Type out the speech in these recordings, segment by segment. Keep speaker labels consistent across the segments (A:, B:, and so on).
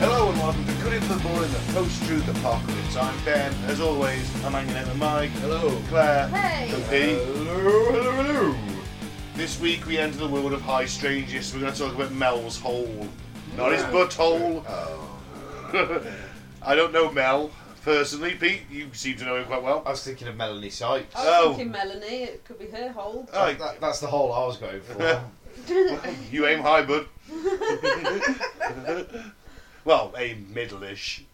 A: welcome to Cutting for the Ball in the Post Through the Apocalypse. I'm Ben, as always, I'm hanging out with Mike. Hello. Claire.
B: Hey.
A: The P. Hello, hello, hello. This week we enter the world of high strangers. We're going to talk about Mel's hole. Not his butthole. I don't know Mel, personally. Pete, you seem to know him quite well.
C: I was thinking of Melanie Sykes.
B: I was
A: Oh.
B: thinking Melanie. It could be her hole.
A: Oh,
C: That- that- that's the whole I was going for.
A: You aim high, bud. well, aim middle-ish.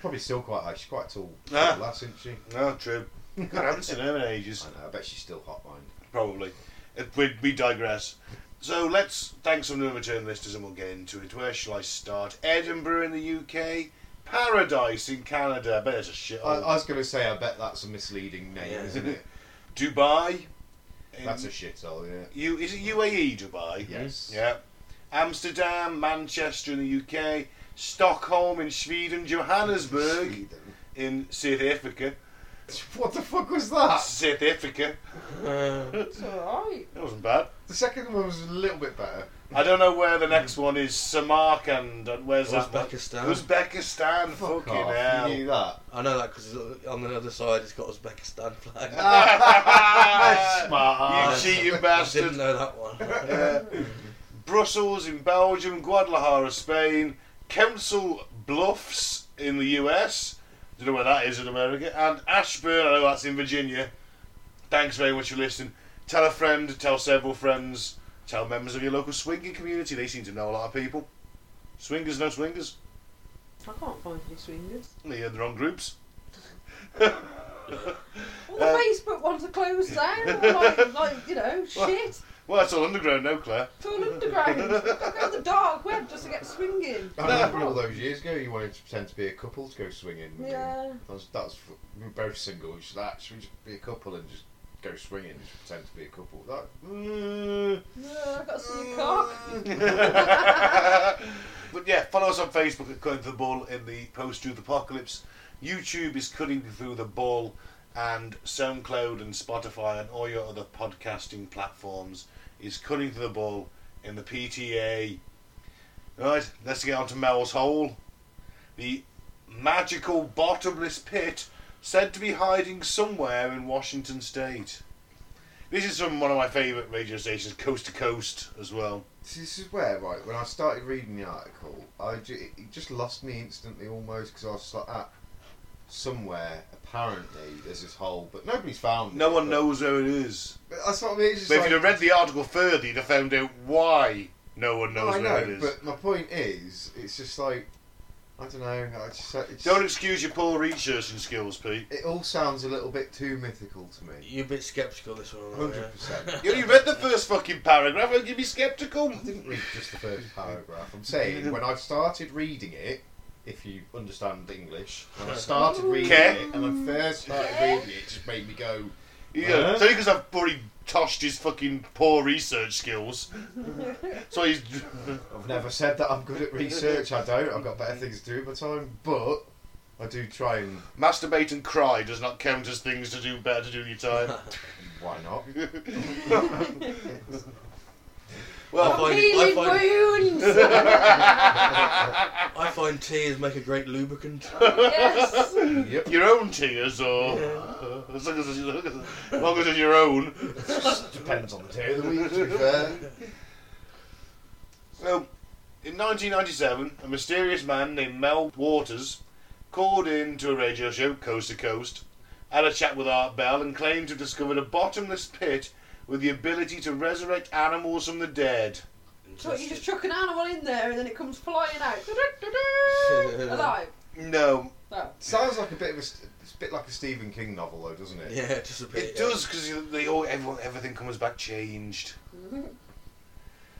C: Probably still quite high. She's quite tall.
A: Ah.
C: Lass, isn't she?
A: No, true. God, I haven't seen her in ages.
C: I know. I bet she's still hot mind.
A: Probably. If We, we digress. So let's thank some of the return listeners and we'll get into it. Where shall I start? Edinburgh in the UK, Paradise in Canada. I bet it's a shit
C: I, I was going to say, I bet that's a misleading name, isn't it?
A: Dubai. in-
C: That's a shithole, yeah.
A: U, is it UAE Dubai?
C: Yes.
A: Yeah. Amsterdam, Manchester in the UK, Stockholm in Sweden, Johannesburg
C: Sweden.
A: in South Africa.
C: What the fuck was that?
A: South Africa.
D: Uh,
B: It's alright.
A: That wasn't bad.
C: The second one was a little bit better.
A: I don't know where the next one is. Samarkand. and Where's that? one?
D: Uzbekistan.
A: Uzbekistan. fucking
C: off,
A: hell.
C: You knew that.
D: I know that because on the other side it's got Uzbekistan flag.
C: Smart
A: Ah, you
C: ass.
A: cheating
D: I didn't
A: bastard.
D: know that one.
A: Uh, Brussels in Belgium, Guadalajara, Spain, Council Bluffs in the US. Don't know where that is in America. And Ashburn, I know that's in Virginia. Thanks very much for listening. Tell a friend, tell several friends, tell members of your local swinging community. They seem to know a lot of people. Swingers, no swingers.
B: I can't find any swingers.
A: They're in their own groups.
B: All the
A: Uh,
B: Facebook ones are closed down. like, like, you know, shit.
A: Well, that's all underground now, Claire.
B: It's all underground. Go to the dark web just to get swinging.
C: I remember all those years ago you wanted to pretend to be a couple to go swinging.
B: Yeah.
C: That was, that was, we were both single. We should, that, should we just be a couple and just go swinging and just pretend to be a couple? That,
B: Uh, I've got to see your cock.
A: but yeah, follow us on Facebook at Cutting Through the Ball in the Post Truth Apocalypse. YouTube is Cutting Through the Ball, and SoundCloud and Spotify and all your other podcasting platforms is Cutting Through the Ball in the PTA. Right, let's get on to Mel's Hole. The magical bottomless pit said to be hiding somewhere in Washington State. This is from one of my favourite radio stations, Coast to Coast, as well.
C: This is where, right, when I started reading the article, I ju- it- it just lost me instantly almost because I was just like, ah, somewhere apparently there's this hole, but nobody's found it.
A: No one
C: But-
A: knows where it is.
C: But that's what I mean. It's just
A: But if
C: like,
A: you'd have read the article further, you'd have found out why no one
C: No,
A: knows
C: Oh, I
A: where it
C: know,
A: is.
C: but my point is, it's just like, I don't know. I just, it's,
A: Don't excuse your poor researching skills, Pete.
C: it all sounds a little bit too mythical to me.
D: You're a bit sceptical this one. aren't you?
C: 100%.
A: You only read the first fucking paragraph, and you be sceptical.
C: I didn't read just the first paragraph. I'm saying when I started reading it, if you understand English, when I started reading
A: Okay.
C: it and I first started
B: Okay.
C: reading it, it just made me go,
A: Yeah,
C: Huh?
A: so because I've already toshed his fucking poor research skills. so he's.
C: I've never said that I'm good at research. I don't. I've got better things to do with my time, but I do try and
A: Masturbate and cry does not count as things to do better to do in your time.
C: why not?
D: I
A: well,
D: find-
B: Healing wounds.
D: I find tears make a great lubricant.
A: Uh,
B: yes.
C: yep.
A: your own tears, or. As long as, as long as it's your own.
C: Depends on the day of the week. To be fair.
A: Well, in 1997, a mysterious man named Mel Waters called in to a radio show, Coast to Coast, had a chat with Art Bell, and claimed to have discovered a bottomless pit with the ability to resurrect animals from the dead.
B: So you just chuck an animal in there and then it comes flying out. Da-da-da-da. Alive.
A: No,
B: No.
C: Sounds like a bit of a, st- it's a bit like a Stephen King novel, though, doesn't it?
D: yeah, it does a bit.
A: it
D: yeah.
A: does because they all everyone, everything comes back changed.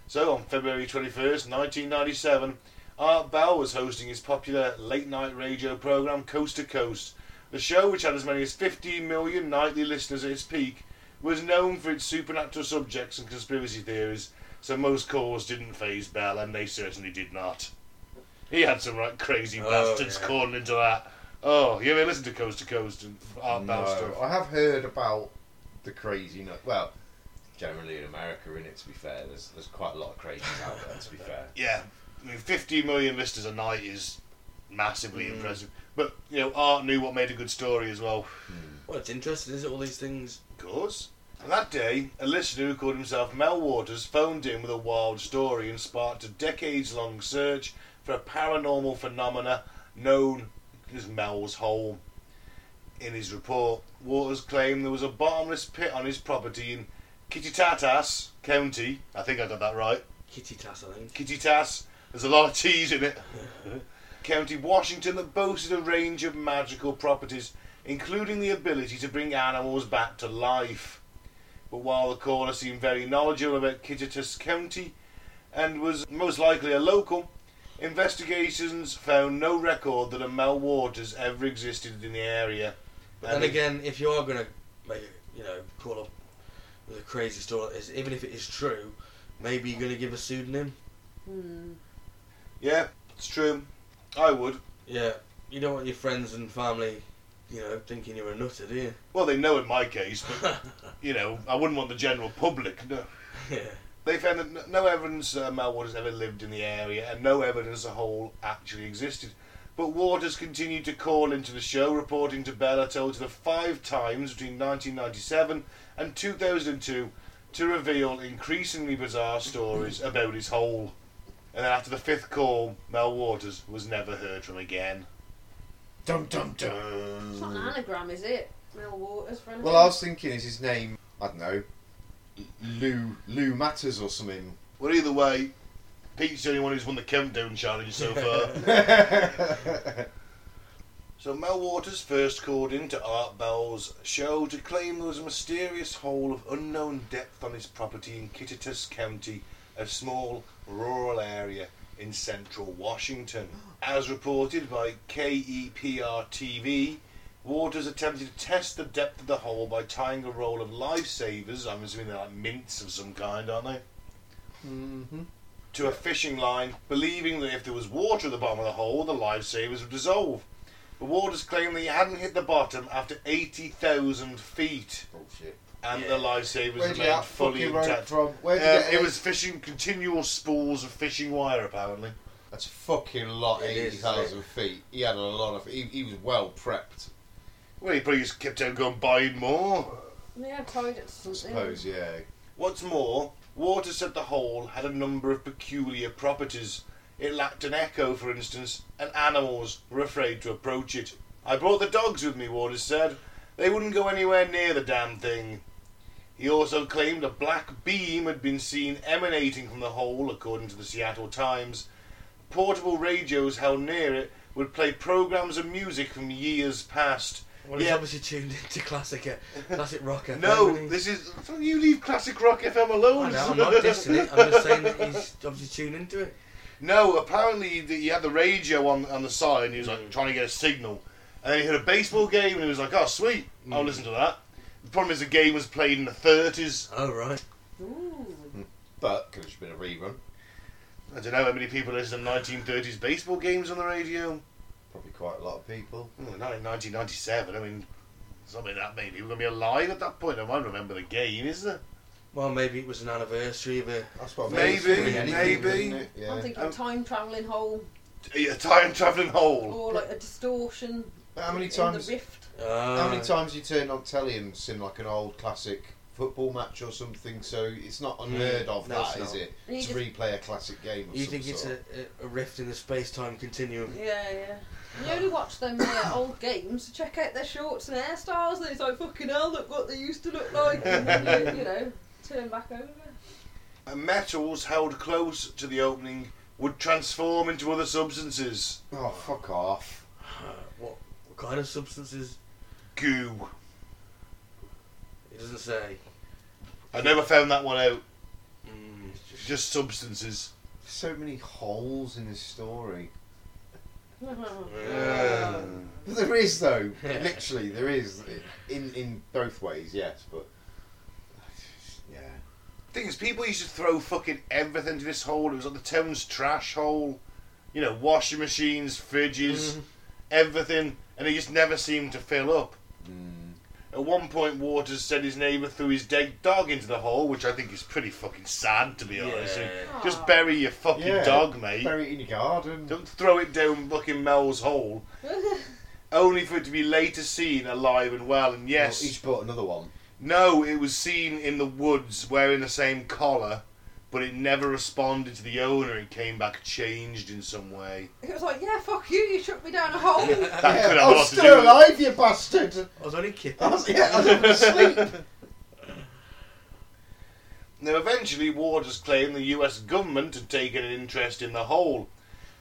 A: So on February 21st, 1997, Art Bell was hosting his popular late night radio program Coast to Coast. The show, which had as many as 15 million nightly listeners at its peak, was known for its supernatural subjects and conspiracy theories, so most calls didn't phase Bell, and they certainly did not. He had some right crazy
D: Oh,
A: bastards
D: yeah.
A: calling into that. Oh, you ever listen to Coast to Coast and Art Bell
C: No,
A: stuff?
C: I have heard about the crazy. No- well, generally in America, in it. To be fair, there's there's quite a lot of crazies out there. To be fair,
A: Yeah. I mean, 50 million listeners a night is massively
D: Mm.
A: impressive. But, you know, Art knew what made a good story as well.
D: Well, it's interesting, is it? All these things.
A: Of course. And that day, a listener who called himself Mel Waters phoned in with a wild story and sparked a decades long search for a paranormal phenomena known as Mel's Hole. In his report, Waters claimed there was a bottomless pit on his property in Kititatas County. I think I got that right.
D: Kitty Tass, I think.
A: Kittitas. There's a lot of T's in it. County Washington that boasted a range of magical properties, including the ability to bring animals back to life. But while the caller seemed very knowledgeable about Kittitas County and was most likely a local, investigations found no record that a Mel Waters ever existed in the area.
D: But then
A: And-
D: again, if you are going to make a, you know, call up with a crazy story like this, even if it is true, maybe you're going to give a pseudonym.
B: Hmm.
A: Yeah, it's true. I would.
D: Yeah. You don't want your friends and family, you know, thinking you're a nutter, do you?
A: Well, they know in my case, but you know, I wouldn't want the general public. No.
D: yeah.
A: They found that n- no evidence uh, Mal Waters ever lived in the area and no evidence the hole actually existed. But Waters continued to call into the show, reporting to Bell a total of five times between 1997 and 2002 to reveal increasingly bizarre stories about his hole. And then after the fifth call, Mel Waters was never heard from again.
C: Dum dum
B: It's not an
C: dum.
B: anagram, is it? Mel Waters for anything?
C: Well, I was thinking, is his name? I don't know. Lou Lou Matters or something.
A: Well, either way, Pete's the only one who's won the countdown challenge so far.
C: Mm-hmm.
A: So Mel Waters first called into Art Bell's show to claim there was a mysterious hole of unknown depth on his property in Kittitas County, a small rural area in central Washington. As reported by E KEPR TV, Waters attempted to test the depth of the hole by tying a roll of lifesavers, I'm assuming they're like mints of some kind, aren't they?
C: Mhm.
A: to a fishing line, believing that if there was water at the bottom of the hole, the lifesavers would dissolve. The warders claimed that he hadn't hit the bottom after 80,000 feet,
C: Bullshit.
A: and
D: Yeah.
A: the lifesavers
C: Where'd you get
A: remained
C: that
A: fully
C: fucking rope
A: intact.
C: from?
A: Uh,
C: Where'd you get
A: it was fishing continual spools of fishing wire, apparently.
C: That's a fucking lot.
D: It is,
C: Eighty thousand feet. He had a lot of. He, he was well prepped.
A: Well, he probably just kept on going buying more.
B: Yeah, tied it to
C: I
B: something.
C: suppose. Yeah.
A: What's more, Waters said the hole had a number of peculiar properties. It lacked an echo, for instance, and animals were afraid to approach it. I brought the dogs with me, Waters said. They wouldn't go anywhere near the damn thing. He also claimed a black beam had been seen emanating from the hole, according to the Seattle Times. Portable radios held near it would play programs of music from years past.
D: Well, he's
A: Yeah.
D: obviously tuned into classic, uh, classic rock. FM, isn't
A: No,
D: he?
A: this is. You leave classic rock FM alone.
D: I know, I'm not dissing it. I'm just saying that he's obviously tuned into it.
A: No, apparently he- he had the radio on on the side and he was like
D: Mm.
A: trying to get a signal. And then he had a baseball game and he was like, oh, sweet, I'll
D: Mm.
A: listen to that. The problem is the game was played in the 30s.
D: Oh right.
B: Ooh.
C: But could have just been a rerun.
A: I don't know how many people listen to 1930s baseball games on the radio.
C: Probably quite a lot of people.
A: Hmm, Not in 1997, I mean, it's not been that many. We're going to be alive at that point. I might remember the game, is there?
D: Well, maybe it was an anniversary of a.
C: That's what
A: Maybe,
C: it's gonna be anything,
A: maybe.
C: isn't it? Yeah.
B: I'm thinking
A: Um,
B: time travelling hole
A: A time travelling hole.
B: or like a distortion.
C: How many
B: in
C: times?
B: The rift.
D: Uh,
C: How many times you turned on telly and seen like an old classic football match or something? So it's not unheard of,
D: Hmm. No,
C: that
D: it's
C: is
D: not.
C: it?
B: You
C: to
B: just-
C: replay a classic game. Of
D: You
C: some
D: think it's a,
C: sort.
D: a, a rift in the space-time continuum?
B: Yeah, yeah. You only watch them uh, old games to check out their shorts and hairstyles, and it's like, fucking hell, look what they used to look like. And then you, you know, turn back over.
A: And metals held close to the opening would transform into other substances.
C: Oh fuck off!
D: Uh, What, what kind of substances?
A: Goo.
D: It doesn't say.
A: I never found that one out.
D: Mm, it's just-
A: Just substances.
C: So many holes in this story.
D: uh,
A: Yeah.
C: But there is though.
D: Yeah.
C: Literally, there is in in both ways. Yes, but yeah.
A: Thing is, people used to throw fucking everything into this hole. It was like the town's trash hole. You know, washing machines, fridges,
D: Mm.
A: everything, and it just never seemed to fill up. At one point, Waters said his neighbour threw his dead dog into the hole, which I think is pretty fucking sad, to be honest.
D: Yeah.
A: Just bury your fucking
C: Yeah,
A: dog, mate.
C: Bury it in your garden.
A: Don't throw it down fucking Mel's hole, only for it to be later seen alive and well. And yes,
C: Well, each bought another one.
A: no, it was seen in the woods wearing the same collar, but it never responded to the owner. It came back changed in some way.
B: It was like, yeah, fuck you, you shook me down a hole.
A: That
C: yeah.
A: could have a
C: I'm
A: lot to do
C: still
A: with it.
C: alive, you bastard.
D: I was only kidding.
C: I was, yeah, I was asleep.
A: Now, eventually, Waters claimed the US government had taken an interest in the whole.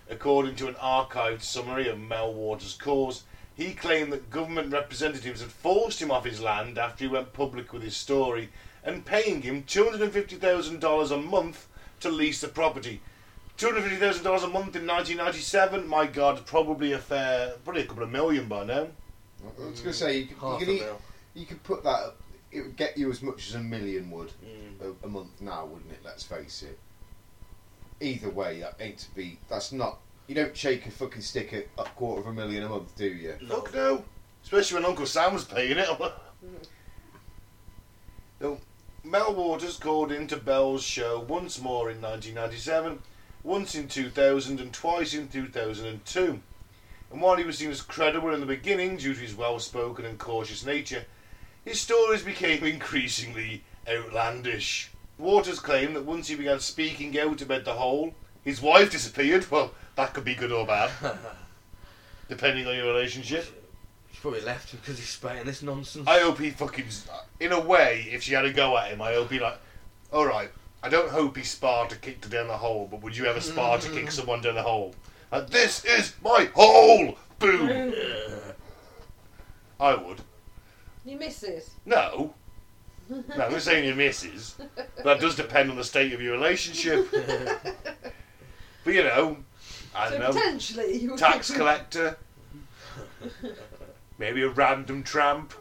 A: According to an archived summary of Mel Waters' cause, he claimed that government representatives had forced him off his land after he went public with his story and paying him $250,000 a month to lease the property. $250,000 a month in 1997? My God, probably a fair, probably a couple of million by now.
C: I was going to say, you could, you,
D: Half
C: could
D: a
C: eat-
D: mil.
C: you could put that, up. it would get you as much as a million would
D: Mm.
C: a, a month now, wouldn't it? Let's face it. Either way, that ain't to be. That's not. You don't shake a fucking stick at a quarter of a million a month, do you?
D: No.
A: Fuck no. Especially when Uncle Sam was paying it. so, Mel Waters called into Bell's show once more in 1997, once in 2000, and twice in 2002. And while he was seen as credible in the beginning due to his well spoken and cautious nature, his stories became increasingly outlandish. Waters claimed that once he began speaking out about the whole, his wife disappeared. Well, that could be good or bad, depending on your relationship.
D: She probably left because he's spouting this nonsense.
A: I hope he fucking. In a way, if she had a go at him, I hope he like. All right, I don't hope he sparred to kick to down the hole, but would you ever spar to kick someone down the hole? And this is my hole. Boom. I would.
B: you misses.
A: No. No, I'm not saying your misses. That does depend on the state of your relationship. But you know, I
B: So
A: don't know.
B: potentially you would
A: Tax collector. Maybe a random tramp.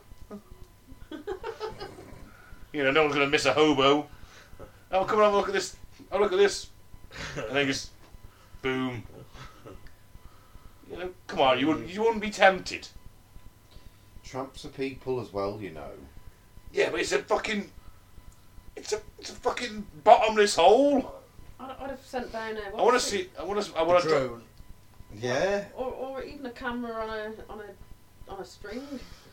A: you know, no one's gonna miss a hobo. Oh, come on, have a look at this. Oh, look at this. And then just boom. You know, come on, you wouldn't, you wouldn't be tempted.
C: Tramps are people as well, you know.
A: Yeah, but it's a fucking, it's a, it's a fucking bottomless hole.
B: I'd, I'd have sent down a.
A: I want to see. I want to. I want to.
D: drone.
C: Yeah.
B: Or, or even a camera on a on a on a string.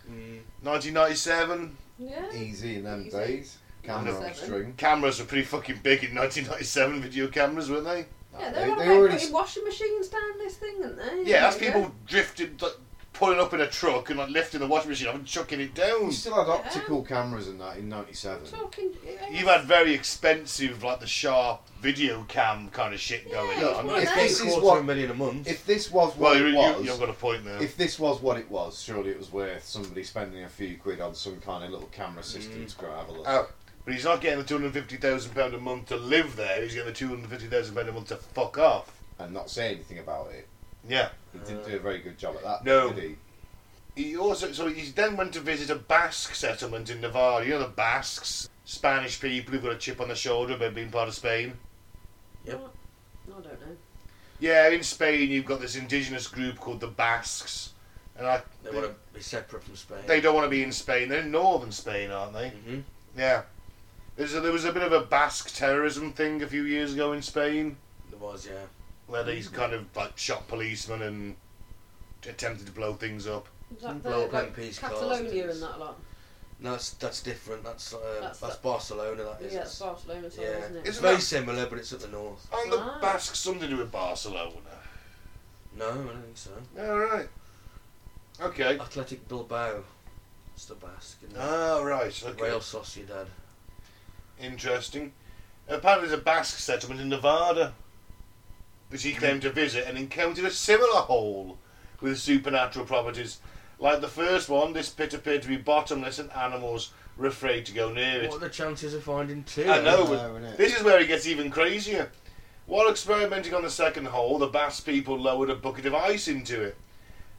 D: Mm.
A: 1997.
B: Yeah.
C: Easy in them
B: Easy.
C: days. Camera on a
B: Seven.
C: string.
A: Cameras were pretty fucking big in 1997. Video cameras, weren't they?
B: Yeah,
C: They-
B: they're on
C: they
B: about
C: already
B: putting
C: s-
B: washing machines down this thing, aren't they?
A: Yeah, that's
B: There you
A: people
B: go.
A: drifted, like, pulling up in a truck and like lifting the washing machine up and chucking it down.
C: We still had optical cameras in that in '97.
B: Talking. Yeah,
A: You've had very expensive, like the sharp video cam kind of shit going
B: Yeah,
A: on.
B: well,
C: if
B: no.
C: this
D: This
C: is
D: quarter
C: what,
D: of a million a month.
C: if this was
A: well,
C: what
A: you,
C: it
A: you,
C: was,
A: you have got a point there.
C: if this was what it was, surely it was worth somebody spending a few quid on some kind of little camera system to go have a look.
A: Oh, but he's not getting the two hundred fifty thousand pound a month to live there. He's getting the two hundred fifty thousand pound a month to fuck off.
C: and not say anything about it.
A: Yeah.
C: He didn't do a very good job at that.
A: No.
C: did he?
A: He also so he then went to visit a Basque settlement in Navarre. You know the Basques, Spanish people who've got a chip on their shoulder about being part of Spain.
D: Yep.
B: I don't know.
A: Yeah, in Spain you've got this indigenous group called the Basques, and I,
D: They want to be separate from Spain.
A: they don't want to be in Spain. They're in northern Spain, aren't they?
D: hmm
A: Yeah. There's a, there was a bit of a Basque terrorism thing a few years ago in Spain,
D: There was, yeah.
A: where they kind of like shot policemen and attempted to blow things up.
B: Is that the,
D: Well,
B: like,
D: playing peace cards and
B: Catalonia
D: things.
B: and that lot?
D: No, that's, that's different. That's uh, that's,
B: That's the-
D: Barcelona. That is.
B: Yeah, it's Barcelona, so
D: Yeah.
B: isn't it?
A: It's-
D: It's
A: Isn't
D: very
A: that-
D: similar, but it's at the north.
A: And the
B: Ah.
A: Basques something to do with Barcelona.
D: No, I don't think so.
A: All right. Okay.
D: Athletic Bilbao. It's the Basque. Isn't it?
A: Ah, right. Okay.
D: Real Sociedad.
A: Interesting. Apparently, there's a Basque settlement in Nevada, which he claimed to visit and encountered a similar hole with supernatural properties. Like the first one, this pit appeared to be bottomless and animals were afraid to go near it.
D: What are the chances of finding two?
A: I know.
C: Yeah,
A: but
C: innit?
A: this is where it gets even crazier. While experimenting on the second hole, the Basque people lowered a bucket of ice into it.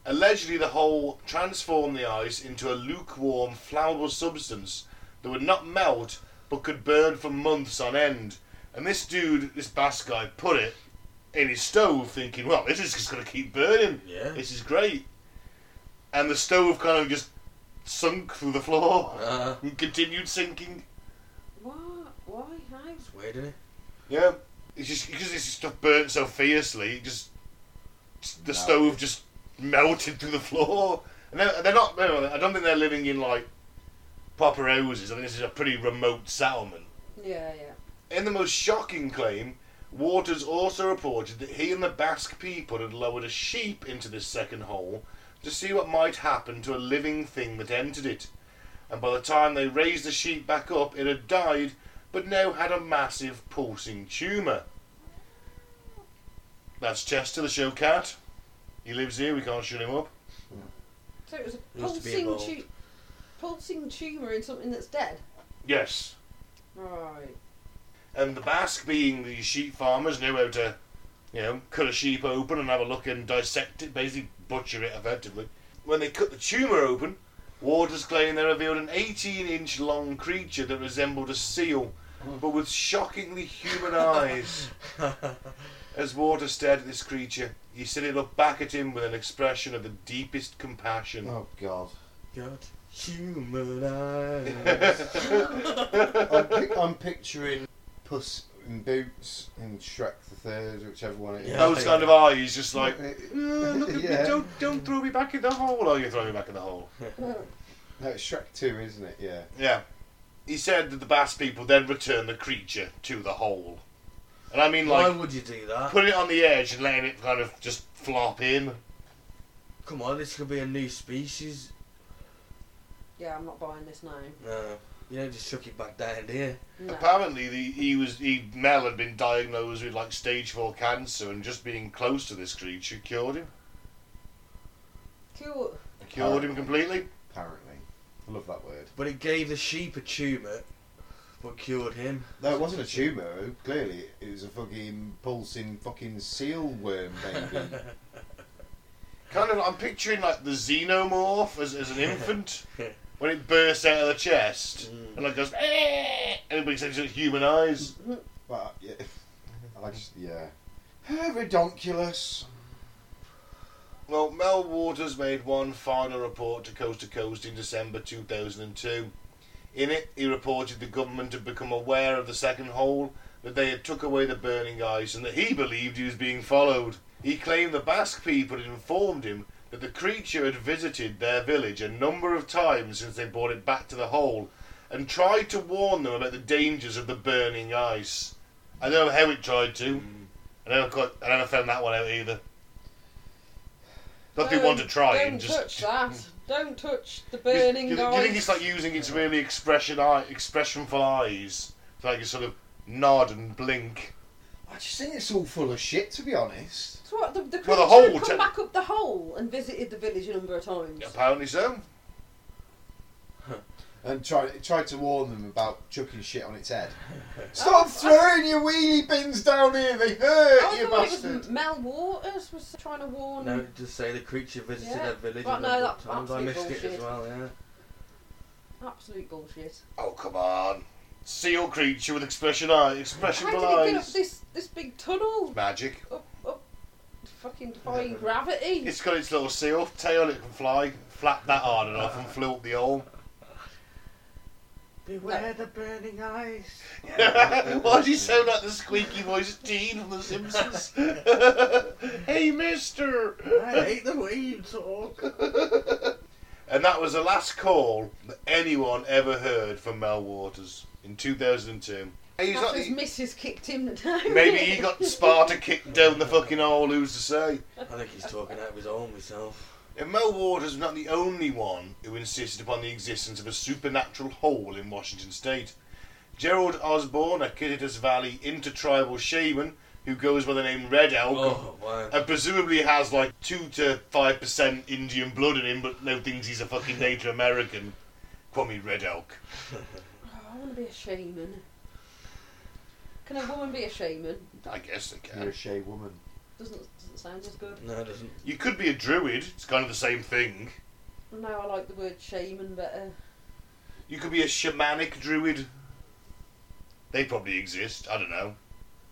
A: Allegedly, the hole transformed the ice into a lukewarm, flammable substance that would not melt but could burn for months on end. And this dude, this Basque guy, put it in his stove, thinking, "Well, this is just going to keep burning.
D: Yeah.
A: This is great." And the stove kind of just sunk through the floor
D: Uh,
A: and continued sinking.
B: What? Why? How?
D: it's weird, isn't it?
A: Yeah, it's just because this stuff burnt so fiercely, it just the
C: Melted.
A: stove just melted through the floor. And they're, they're not. They're, I don't think they're living in like proper houses. I think this is a pretty remote settlement.
B: Yeah, yeah.
A: In the most shocking claim, Waters also reported that he and the Basque people had lowered a sheep into this second hole to see what might happen to a living thing that entered it. And by the time they raised the sheep back up, it had died, but now had a massive pulsing tumour. That's Chester, the show cat. He lives here, we can't shut him up.
B: So it was a
D: It must be
B: pulsing,
D: evolved.
B: tu- pulsing tumour in something that's dead.
A: Yes.
B: Right.
A: And the Basque, being the sheep farmers, knew how to, you know, cut a sheep open and have a look and dissect it, basically butcher it effectively. When they cut the tumour open, Waters claimed they revealed an 18 inch long creature that resembled a seal, but with shockingly human eyes. As Waters stared at this creature, he said it looked back at him with an expression of the deepest compassion.
C: Oh God.
D: God, human eyes.
C: I'm, pic- I'm picturing Puss in Boots and Shrek the Third, whichever one it is.
D: Yeah.
A: Those kind of eyes, just like,
C: Uh,
A: "Uh, look at
C: Yeah.
A: me, don't, don't throw me back in the hole. Oh, you throw me back in the hole.
C: No, it's Shrek Two, isn't it? Yeah.
A: Yeah. He said that the Basque people then returned the creature to the hole. And I mean,
D: Why
A: like,
D: would you do that?
A: putting it on the edge and letting it kind of just flop in.
D: Come on, this could be a new species.
B: Yeah, I'm not buying this name.
D: No, you don't just chuck it back down, do you?
B: No.
A: Apparently, the, he was he Mel had been diagnosed with like stage four cancer, and just being close to this creature cured him.
B: Cute.
A: Cured him completely.
C: Apparently, I love that word.
D: But it gave the sheep a tumour, but cured him.
C: No, it wasn't a tumour. Clearly, it was a fucking pulsing fucking seal worm baby.
A: Kind of, I'm picturing like the xenomorph as, as an infant when it bursts out of the chest
D: Mm.
A: and like goes, eh, and it makes it human eyes.
C: but yeah, I just yeah. Redonkulous.
A: Well, Mel Waters made one final report to Coast to Coast in December 2002. In it, he reported the government had become aware of the second hole, that they had took away the burning ice, and that he believed he was being followed. He claimed the Basque people had informed him that the creature had visited their village a number of times since they brought it back to the hole, and tried to warn them about the dangers of the burning ice. I don't know how it tried to. I never, got, I never found that one out either. Not they
B: Don't-
A: want to try
B: Don't
A: and just.
B: touch that. Don't touch the
A: Do you-
B: burning
A: do you,
B: guy.
A: think- do you think it's like using its really expression eye, expressionful eyes to like a sort of nod and blink?
C: I just think it's all full of shit, to be honest.
B: So what, the, the creature
A: Well, the
B: had
A: hole
B: come
A: te-
B: back up the hole and visited the village a number of times.
A: Apparently so.
C: And tried tried to warn them about chucking shit on its head. Stop throwing your wheelie bins down here. They
B: I
C: hurt you,
B: thought it
C: bastard.
B: was Mel Waters was trying to warn.
D: No, just say the creature visited
B: Yeah.
D: their village
B: Right,
D: a
B: no,
D: number of
B: that's
D: times. I
B: absolute
D: missed it
B: bullshit.
D: as well, yeah.
B: Absolute bullshit.
A: Oh come on, seal creature with expression eye,
B: How
A: expressionful
B: did it get up
A: eyes.
B: this this big tunnel?
A: Magic.
B: Up, up, fucking defying gravity.
A: It's got its little seal tail. It can fly. Flapped that hard enough and flew up the hole.
D: Beware the burning eyes.
A: Why does he sound like the squeaky voice Dean from The Simpsons? hey, Mister.
D: I hate the way you talk.
A: And that was the last call that anyone ever heard from Mel Waters in 2002. He's
B: That's
A: not-
B: his missus kicked him down.
A: maybe he got Sparta kicked down the fucking hole, who's to say?
D: I think he's talking out of his own myself.
A: And Mel Waters was not the only one who insisted upon the existence of a supernatural hole in Washington state. Gerald Osborne, a Kittitas Valley intertribal shaman who goes by the name Red Elk,
D: Oh, wow.
A: and presumably has like two to five percent Indian blood in him, but no thinks he's a fucking Native American. Kwame Red Elk.
B: Oh, I want to be a shaman. Can a woman be a shaman?
A: I guess they
C: You're a
A: can.
C: shay woman.
B: Doesn't doesn't sound as good.
D: No, it doesn't.
A: You could be a druid. It's kind of the same thing.
B: No, I like the word shaman better.
A: You could be a shamanic druid. They probably exist. I don't know.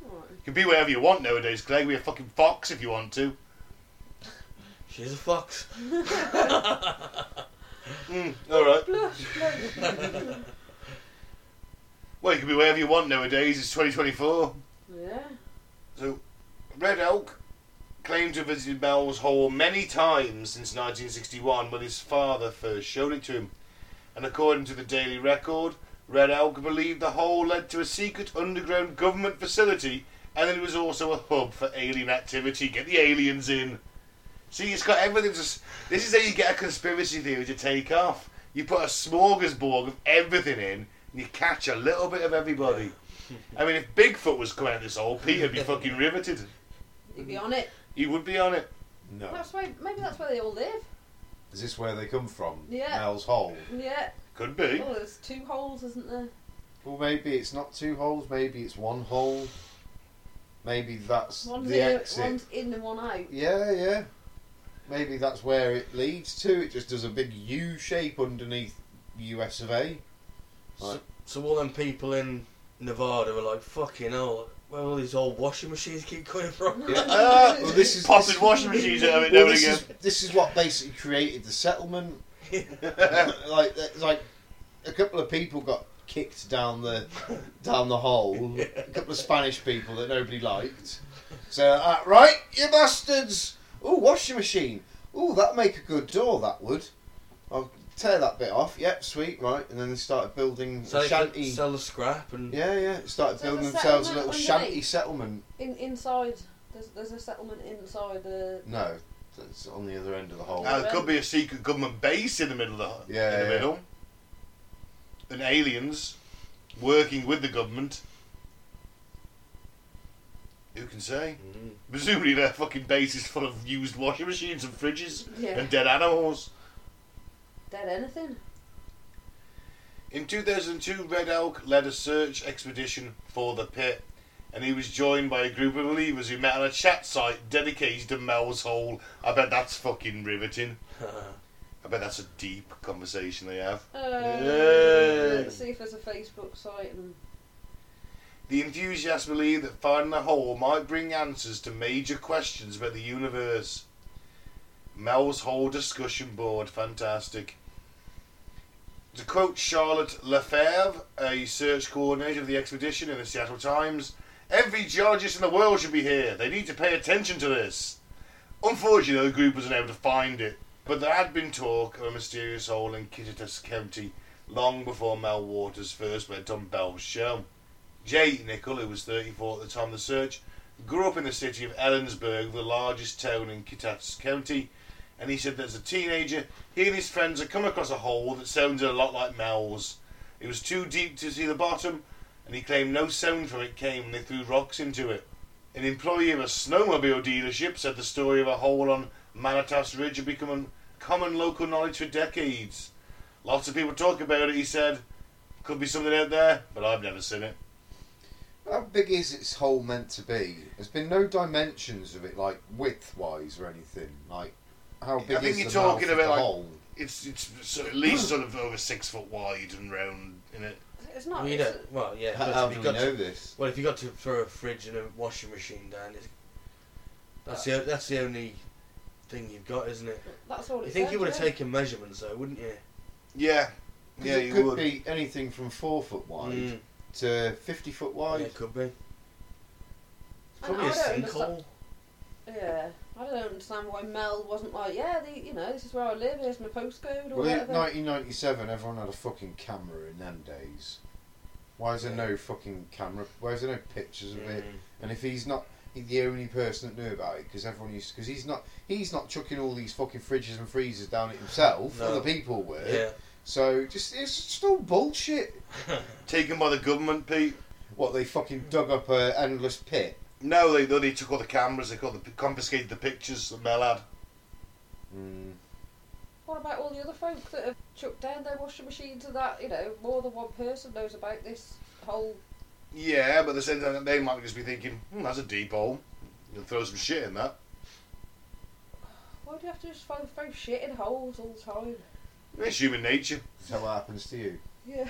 B: Right.
A: You can be whatever you want nowadays, Clay. You can Be a fucking fox if you want to.
D: She's a fox.
A: Mm, all right.
B: Blush, blush.
A: Well, you can be wherever you want nowadays. It's 2024.
B: yeah.
A: So, Red Elk claimed to have visited Bell's Hall many times since 1961 when his father first showed it to him. And according to the Daily Record, Red Elk believed the hole led to a secret underground government facility and that it was also a hub for alien activity. Get the aliens in. See, it's got everything. To, s- this is how you get a conspiracy theory to take off. You put a smorgasbord of everything in and you catch a little bit of everybody. I mean, if Bigfoot was coming out of this hole, Peter'd be fucking riveted.
B: You'd be on it.
A: He would be on it.
C: No.
B: That's why. Maybe that's where they all live.
C: Is this where they come from?
B: Yeah.
C: Mel's hole.
B: Yeah.
A: Could be.
B: Oh, there's two holes, isn't there?
C: Well, maybe it's not two holes. Maybe it's one hole. Maybe that's
B: One's
C: the
B: in,
C: exit.
B: one's in and one out.
C: Yeah, yeah. Maybe that's where it leads to. It just does a big U shape underneath US of A.
D: So, so all them people in Nevada were like, fucking hell, where all these old washing machines keep coming from?
C: Yeah.
D: Uh,
A: Ah,
C: well, this is
A: Popping
C: this,
A: washing machines out of it
C: well,
A: now and
C: this
A: again.
C: is, this is what basically created the settlement.
A: That's
C: like, that- like a couple of people got kicked down the down the hole. A couple of Spanish people that nobody liked. So, uh, right, you bastards! Oh, washing machine. Oh, that make a good door. That would. I'll tear that bit off. Yep, sweet. Right, and then they started building
D: So
C: a
D: they could
C: shanty.
D: sell the scrap and
C: Yeah, yeah. Started
B: There's
C: building
B: a
C: themselves a
B: settlement
C: little
B: underneath.
C: shanty settlement.
B: In inside. There's there's a settlement inside the.
C: No, it's on the other end of the hole.
A: Uh, it could be a secret government base in the middle of the,
C: Yeah,
A: in the
C: yeah.
A: middle. And aliens working with the government. Who can say?
D: Mm.
A: Presumably their fucking base is full of used washing machines and fridges
B: Yeah.
A: and dead animals.
B: Dead anything.
A: In 2002, Red Elk led a search expedition for the pit, and he was joined by a group of believers who met on a chat site dedicated to Mel's Hole. I bet that's fucking riveting. I bet that's a deep conversation they have.
B: Uh,
A: Yay.
B: Let's see if there's a Facebook site and
A: The enthusiasts believe that finding a hole might bring answers to major questions about the universe. Mel's Hole discussion board, fantastic. To quote Charlotte Lefebvre, a search coordinator of the expedition in the Seattle Times, every geologist in the world should be here. They need to pay attention to this. Unfortunately, the group wasn't able to find it, but there had been talk of a mysterious hole in Kittitas County long before Mel Waters first went on Bell's show. Jay Nicol, who was 34 at the time of the search, grew up in the city of Ellensburg, the largest town in Kittitas County, and he said that as a teenager, he and his friends had come across a hole that sounded a lot like Mel's. It was too deep to see the bottom, and he claimed no sound from it came when they threw rocks into it. An employee of a snowmobile dealership said the story of a hole on Manitas Ridge had become a common local knowledge for decades. Lots of people talk about it, he said. Could be something out there, but I've never seen it.
C: How big is its hole meant to be? There's been no dimensions of it, like width wise or anything. Like, how big
A: I think
C: is
A: you're
C: the mouth
A: talking
C: of
A: about,
C: the
A: like-
C: hole?
A: It's it's so at least sort of over six foot wide and round in it.
B: it's not.
D: we
B: it's-
D: don't. Well, yeah.
C: How,
D: but
C: how
D: if
C: do
D: you
C: we
D: got
C: know
D: to,
C: this?
D: well, if you got to throw a fridge and a washing machine down, it's, that's the that's the only thing you've got, isn't it?
B: that's all.
D: You
B: it
D: think
B: said,
D: you would have
B: yeah.
D: taken measurements though, wouldn't you?
A: Yeah,
C: 'Cause it could be anything from four foot wide
D: Mm.
C: to fifty foot
D: Yeah,
C: wide.
D: it could be.
B: And
D: Probably a
B: I don't
D: sinkhole.
B: Yeah, I don't understand why Mel wasn't like, yeah, the, you know, this is where I live. Here's my postcode or
C: Well, in
B: whatever.
C: 1997, everyone had a fucking camera in them days. Why is there no fucking camera? Why is there no pictures of it?
D: Mm.
C: And if he's not he- the only person that knew about it, because everyone used because he's not he's not chucking all these fucking fridges and freezers down it himself.
D: No.
C: Other people were.
D: Yeah.
C: So just it's just all bullshit.
A: Taken by the government, Pete.
C: What they fucking
D: Mm.
C: dug up a endless pit.
A: No, they no, they took all the cameras. They got the, confiscated the pictures that Mel had.
C: Mm.
B: What about all the other folk that have chucked down their washing machines and that? You know, more than one person knows about this whole.
A: Yeah, but at the same time, they might just be thinking, hmm, that's a deep hole. You'll throw some shit in that.
B: Why do you have to just throw, throw shit in holes all the time?
A: It's human nature.
C: Is that what happens to you?
B: Yeah.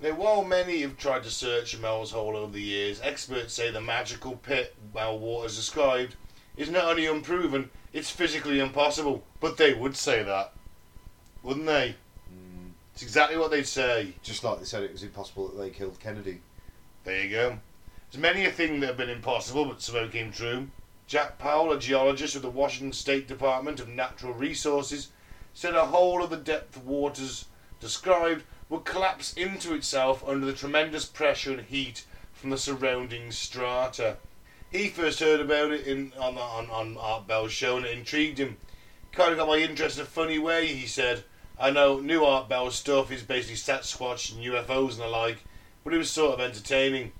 A: Now, while many have tried to search a Mel's hole over the years, experts say the magical pit Mel Waters described is not only unproven, it's physically impossible. But they would say that, wouldn't they?
C: Mm.
A: It's exactly what they'd say.
C: Just like they said, it was impossible that they killed Kennedy.
A: There you go. There's many a thing that have been impossible, but some came true. Jack Powell, a geologist with the Washington State Department of Natural Resources, said a hole of the depth of waters described would collapse into itself under the tremendous pressure and heat from the surrounding strata. He first heard about it in, on, on, on Art Bell's show and it intrigued him. Kind of got my interest in a funny way, he said. I know new Art Bell stuff is basically Sasquatch and UFOs and the like, but it was sort of entertaining.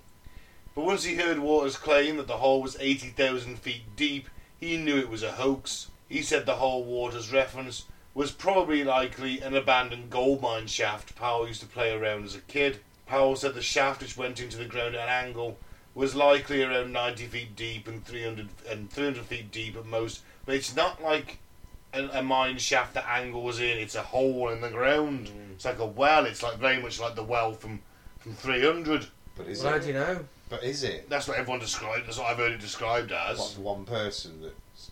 A: But once he heard Waters claim that the hole was 80,000 feet deep, he knew it was a hoax. He said the whole Waters reference was probably likely an abandoned gold mine shaft Powell used to play around as a kid. Powell said the shaft which went into the ground at an angle was likely around 90 feet deep and 300, and 300 feet deep at most, but it's not like a, a mine shaft that angles in, it's a hole in the ground. It's like a well, it's like very much like the well from, from 300.
C: But is
D: well, how
C: it?
D: do you know?
C: But is it?
A: That's what everyone described. That's what I've heard it described as.
C: What, the one person that's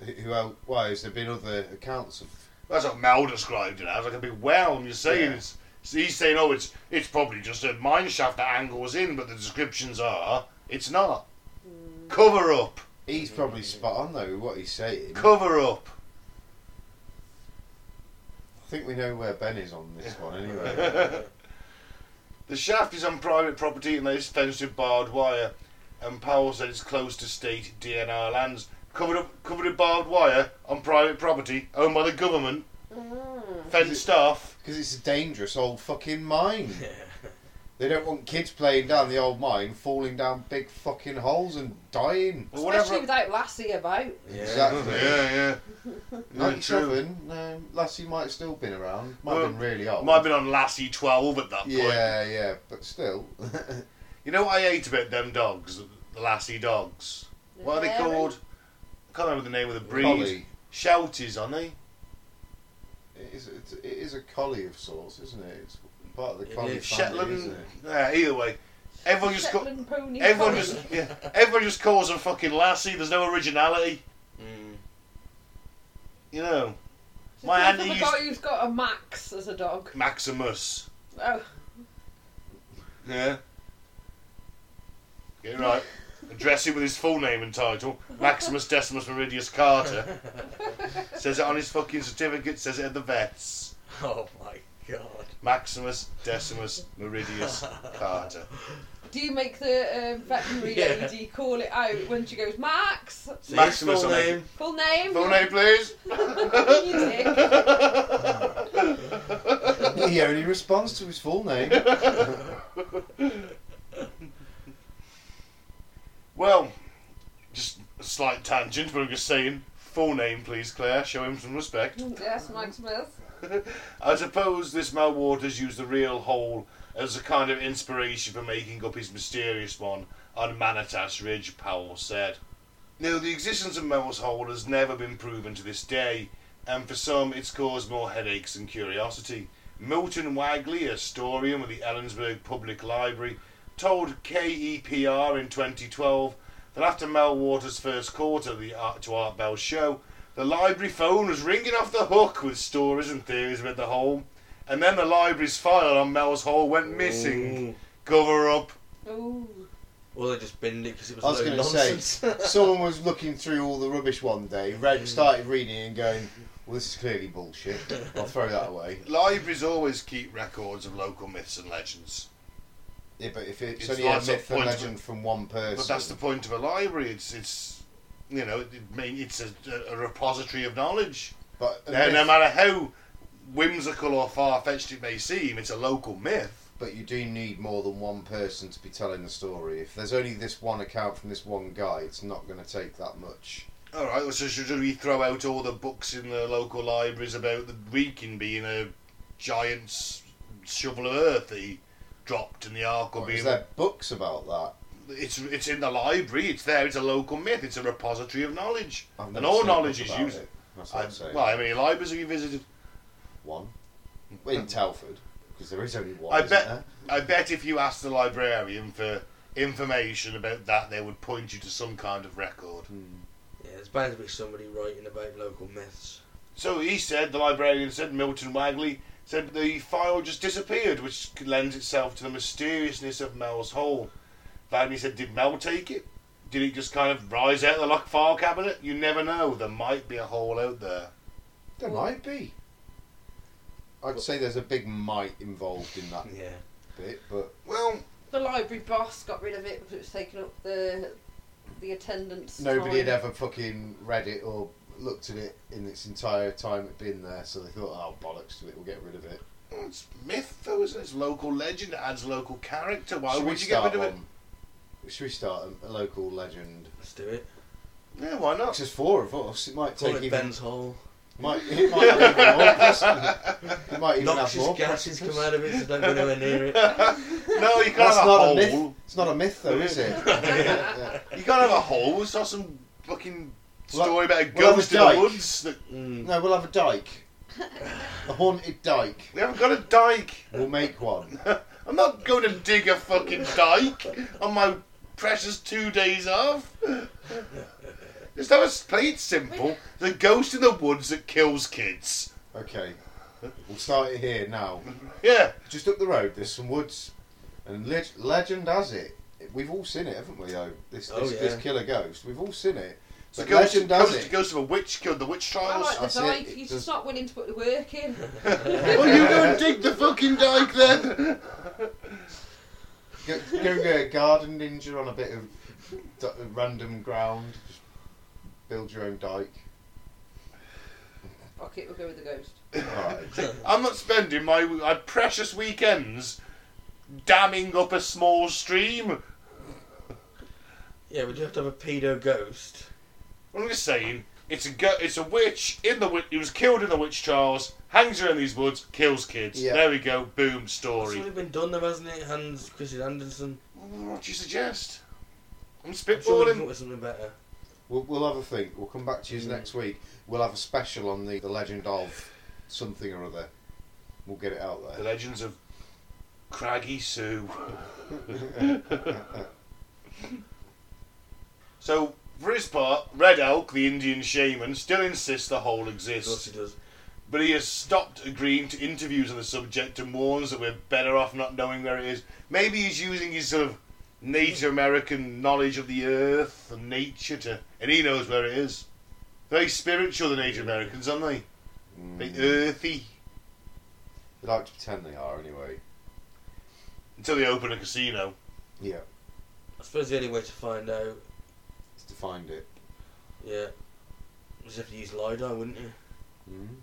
C: who- who else? Why has there been other accounts of?
A: That's what Mel described it as. Like a big well. And you're saying
C: Yeah.
A: it's, so he's saying, oh, it's it's probably just a mine shaft that angles in, but the descriptions are it's not. Cover up.
C: He's probably spot on though with what he's saying.
A: Cover up.
C: I think we know where Ben is on this one anyway.
A: the shaft is on private property and there's fenced with barbed wire. And Powell said it's close to state DNR lands. Covered up, covered with barbed wire on private property owned by the government,
B: Mm.
A: fenced off.
C: Because it's a dangerous old fucking mine.
D: Yeah.
C: They don't want kids playing down the old mine, falling down big fucking holes and dying.
A: Or whatever.
B: Especially without Lassie about.
D: Yeah.
C: Exactly.
A: yeah, yeah. true.
C: 97, no, Lassie um, might have still been around. Might have been really old.
A: Might have been on Lassie 12 at that point.
C: Yeah, yeah, but still.
A: You know what I hate about them dogs? The Lassie dogs. What are they
B: They're
A: called? I can't remember the name of the breed.
C: collie.
A: Shouties, aren't they?
C: It is, it's- it is a collie of sorts, isn't it? It's part of the
D: It
C: collie
D: is.
C: family,
A: Shetland.
C: isn't it?
A: Yeah, either way. Everyone just, ca-
B: Shetland pony.
A: everyone,
B: collie.
A: just, yeah, everyone just calls them fucking Lassie. There's no originality.
D: Mm.
A: You know,
B: Just
A: my
B: think
A: Andy
B: of a
A: used-
B: guy who's got a Max as a dog.
A: Maximus.
B: Oh,
A: Yeah. Get it right. Address him with his full name and title Maximus Decimus Meridius Carter. Says it on his fucking certificate, says it at the vets.
D: Oh my god.
A: Maximus Decimus Meridius Carter.
B: do you make the um, veterinary
D: Yeah.
B: lady call it out when she goes Max?
D: See,
A: Maximus
D: full
A: on it.
D: name.
B: Full name.
A: Full name, please.
B: You dick.
C: he only responds to his full name.
A: well, just a slight tangent, but I'm just saying, full name, please, Claire. Show him some respect.
B: yes, Max Smith.
A: I suppose this Mal Waters used the real hole as a kind of inspiration for making up his mysterious one on Manitas Ridge, Powell said. Now, the existence of Mel's hole has never been proven to this day, and for some it's caused more headaches than curiosity. Milton Wagley, a historian with the Ellensburg Public Library, told KEPR in 2012 that after Mel Waters' first call to the Art to Art Bell show, the library phone was ringing off the hook with stories and theories about the hole. And then the library's file on Mel's hole went missing.
D: Ooh.
A: Cover up.
B: Ooh.
D: Well, they just binned it because it was,
C: I was
D: a load
C: going to
D: of
C: say,
D: nonsense.
C: someone was looking through all the rubbish one day,
A: Hmm.
C: read, started reading it and going, well, this is clearly bullshit. I'll throw that away.
A: Libraries always keep records of local myths and legends.
C: Yeah, but if it's,
A: It's
C: only a
A: lots of
C: myth and
A: points,
C: legend from one person,
A: But that's the point of a library. It's it's you know it, it mean it's a, a repository of knowledge.
C: But a
A: No, no
C: myth-
A: matter how whimsical or far fetched it may seem, it's a local myth.
C: But you do need more than one person to be telling the story. If there's only this one account from this one guy, it's not going to take that much.
A: All right, so should we throw out all the books in the local libraries about the Wrekin being a giant s- shovel of earth that he dropped and the Ark will
C: Well,
A: be?
C: is there books about that?
A: It's it's in the library. It's there. It's a local myth. It's a repository of knowledge,
C: I've
A: and
C: never
A: all
C: seen a book
A: knowledge is
C: about
A: used.
C: it. That's what
A: I-
C: I'm saying.
A: Well, how many libraries have you visited?
C: One in Telford. because there is only one.
A: I
C: isn't
A: bet-
C: there?
A: I bet if you asked the librarian for information about that, they would point you to some kind of record.
C: Hmm.
D: Yeah, there's bound to be somebody writing about local myths.
A: So he said, the librarian said, Milton Wagley said the file just disappeared, which lends itself to the mysteriousness of Mel's hole. Vagney said, did Mel take it? Did it just kind of rise out of the locked file cabinet? You never know. There might be a hole out there.
C: There might be. I'd say there's a big might involved in that
D: Yeah.
C: bit, but
A: Well,
B: The library boss got rid of it because it was taking up the the attendance.
C: nobody had
B: time.
C: ever fucking read it or looked at it in its entire time it'd been there, so they thought, oh bollocks to it, we'll get rid of it.
A: it's myth though, isn't it? It's local legend. It adds local character. Why
C: Should we
A: would you get
C: start
A: rid of it?
C: one? Should we start a, a local legend?
D: Let's do it.
A: Yeah, why
C: It's
A: not?
C: just four of us. It might
D: Call
C: take
D: it
C: even.
D: Ben's Hole.
C: Might, it might even have more. press- It might even have
D: Noxious
C: more.
D: gases
C: press-
D: come out of it, so don't go nowhere near it.
A: No, Oh, you can't
C: That's
A: have
C: not
A: a
C: a myth.
A: hole.
C: It's not a myth, though, is it? Yeah.
A: You can't have a hole. We saw some fucking
C: Well,
A: story about a
C: well, I was
A: ghost in the
C: dyke.
A: woods. That
D: Mm.
C: No, we'll have a dyke. A haunted dyke.
A: we haven't got a dike.
C: We'll make one.
A: I'm not going to dig a fucking dike on my precious two days off. Just have us play it simple. The ghost in the woods that kills kids.
C: Okay. We'll start it here now.
A: Yeah,
C: Just up the road, there's some woods. And leg- legend has it. We've all seen it, haven't we, though? This, this,
D: Oh, yeah.
C: this killer ghost. We've all seen it.
A: it's the
C: But
A: ghost,
C: legend has
A: ghost,
C: it.
A: ghost of a witch killed the witch
B: I
A: trials.
B: like
C: That's
B: the
C: it.
B: dike.
C: It
B: He's
C: does-
B: just not willing to put the work in.
A: well, you go and dig the fucking dike then.
C: Go, go, go garden ninja on a bit of d- random ground. Just build your own dyke.
B: Fuck it, we'll go with the ghost.
C: Alright.
A: I'm not spending my, my precious weekends damming up a small stream.
D: Yeah, we do have to have a pedo ghost.
A: I'm just saying, it's a go- it's a witch in the witch. It was killed in the witch trials. Hangs around these woods, kills kids.
C: Yeah.
A: There we go. Boom
D: It's
A: story.
D: already been done though, hasn't it? Hans Christian Andersen.
A: What do you suggest? I'm
D: I'm sure we
A: spitballing.
D: come up with something better.
C: We'll, we'll have a think. We'll come back to you
D: Mm.
C: next week. We'll have a special on the, the legend of something or other. We'll get it out
A: The
C: there.
A: legends of Craggy Sue. so, for his part, Red Elk, the Indian shaman, still insists the hole
D: Of course
A: exists,
D: he does.
A: but he has stopped agreeing to interviews on the subject and warns that we're better off not knowing where it is. Maybe he's using his sort of Native American knowledge of the earth and nature to, and he knows where it is. Very spiritual, the Native Americans, aren't they?
C: Mm.
A: Very
C: They
A: earthy.
C: like to pretend they are, anyway.
A: Until they open a casino.
C: Yeah,
D: I suppose the only way to find out,
C: it's to find it.
D: yeah, was if you use LiDAR, wouldn't you?
C: Mm.
D: Mm-hmm.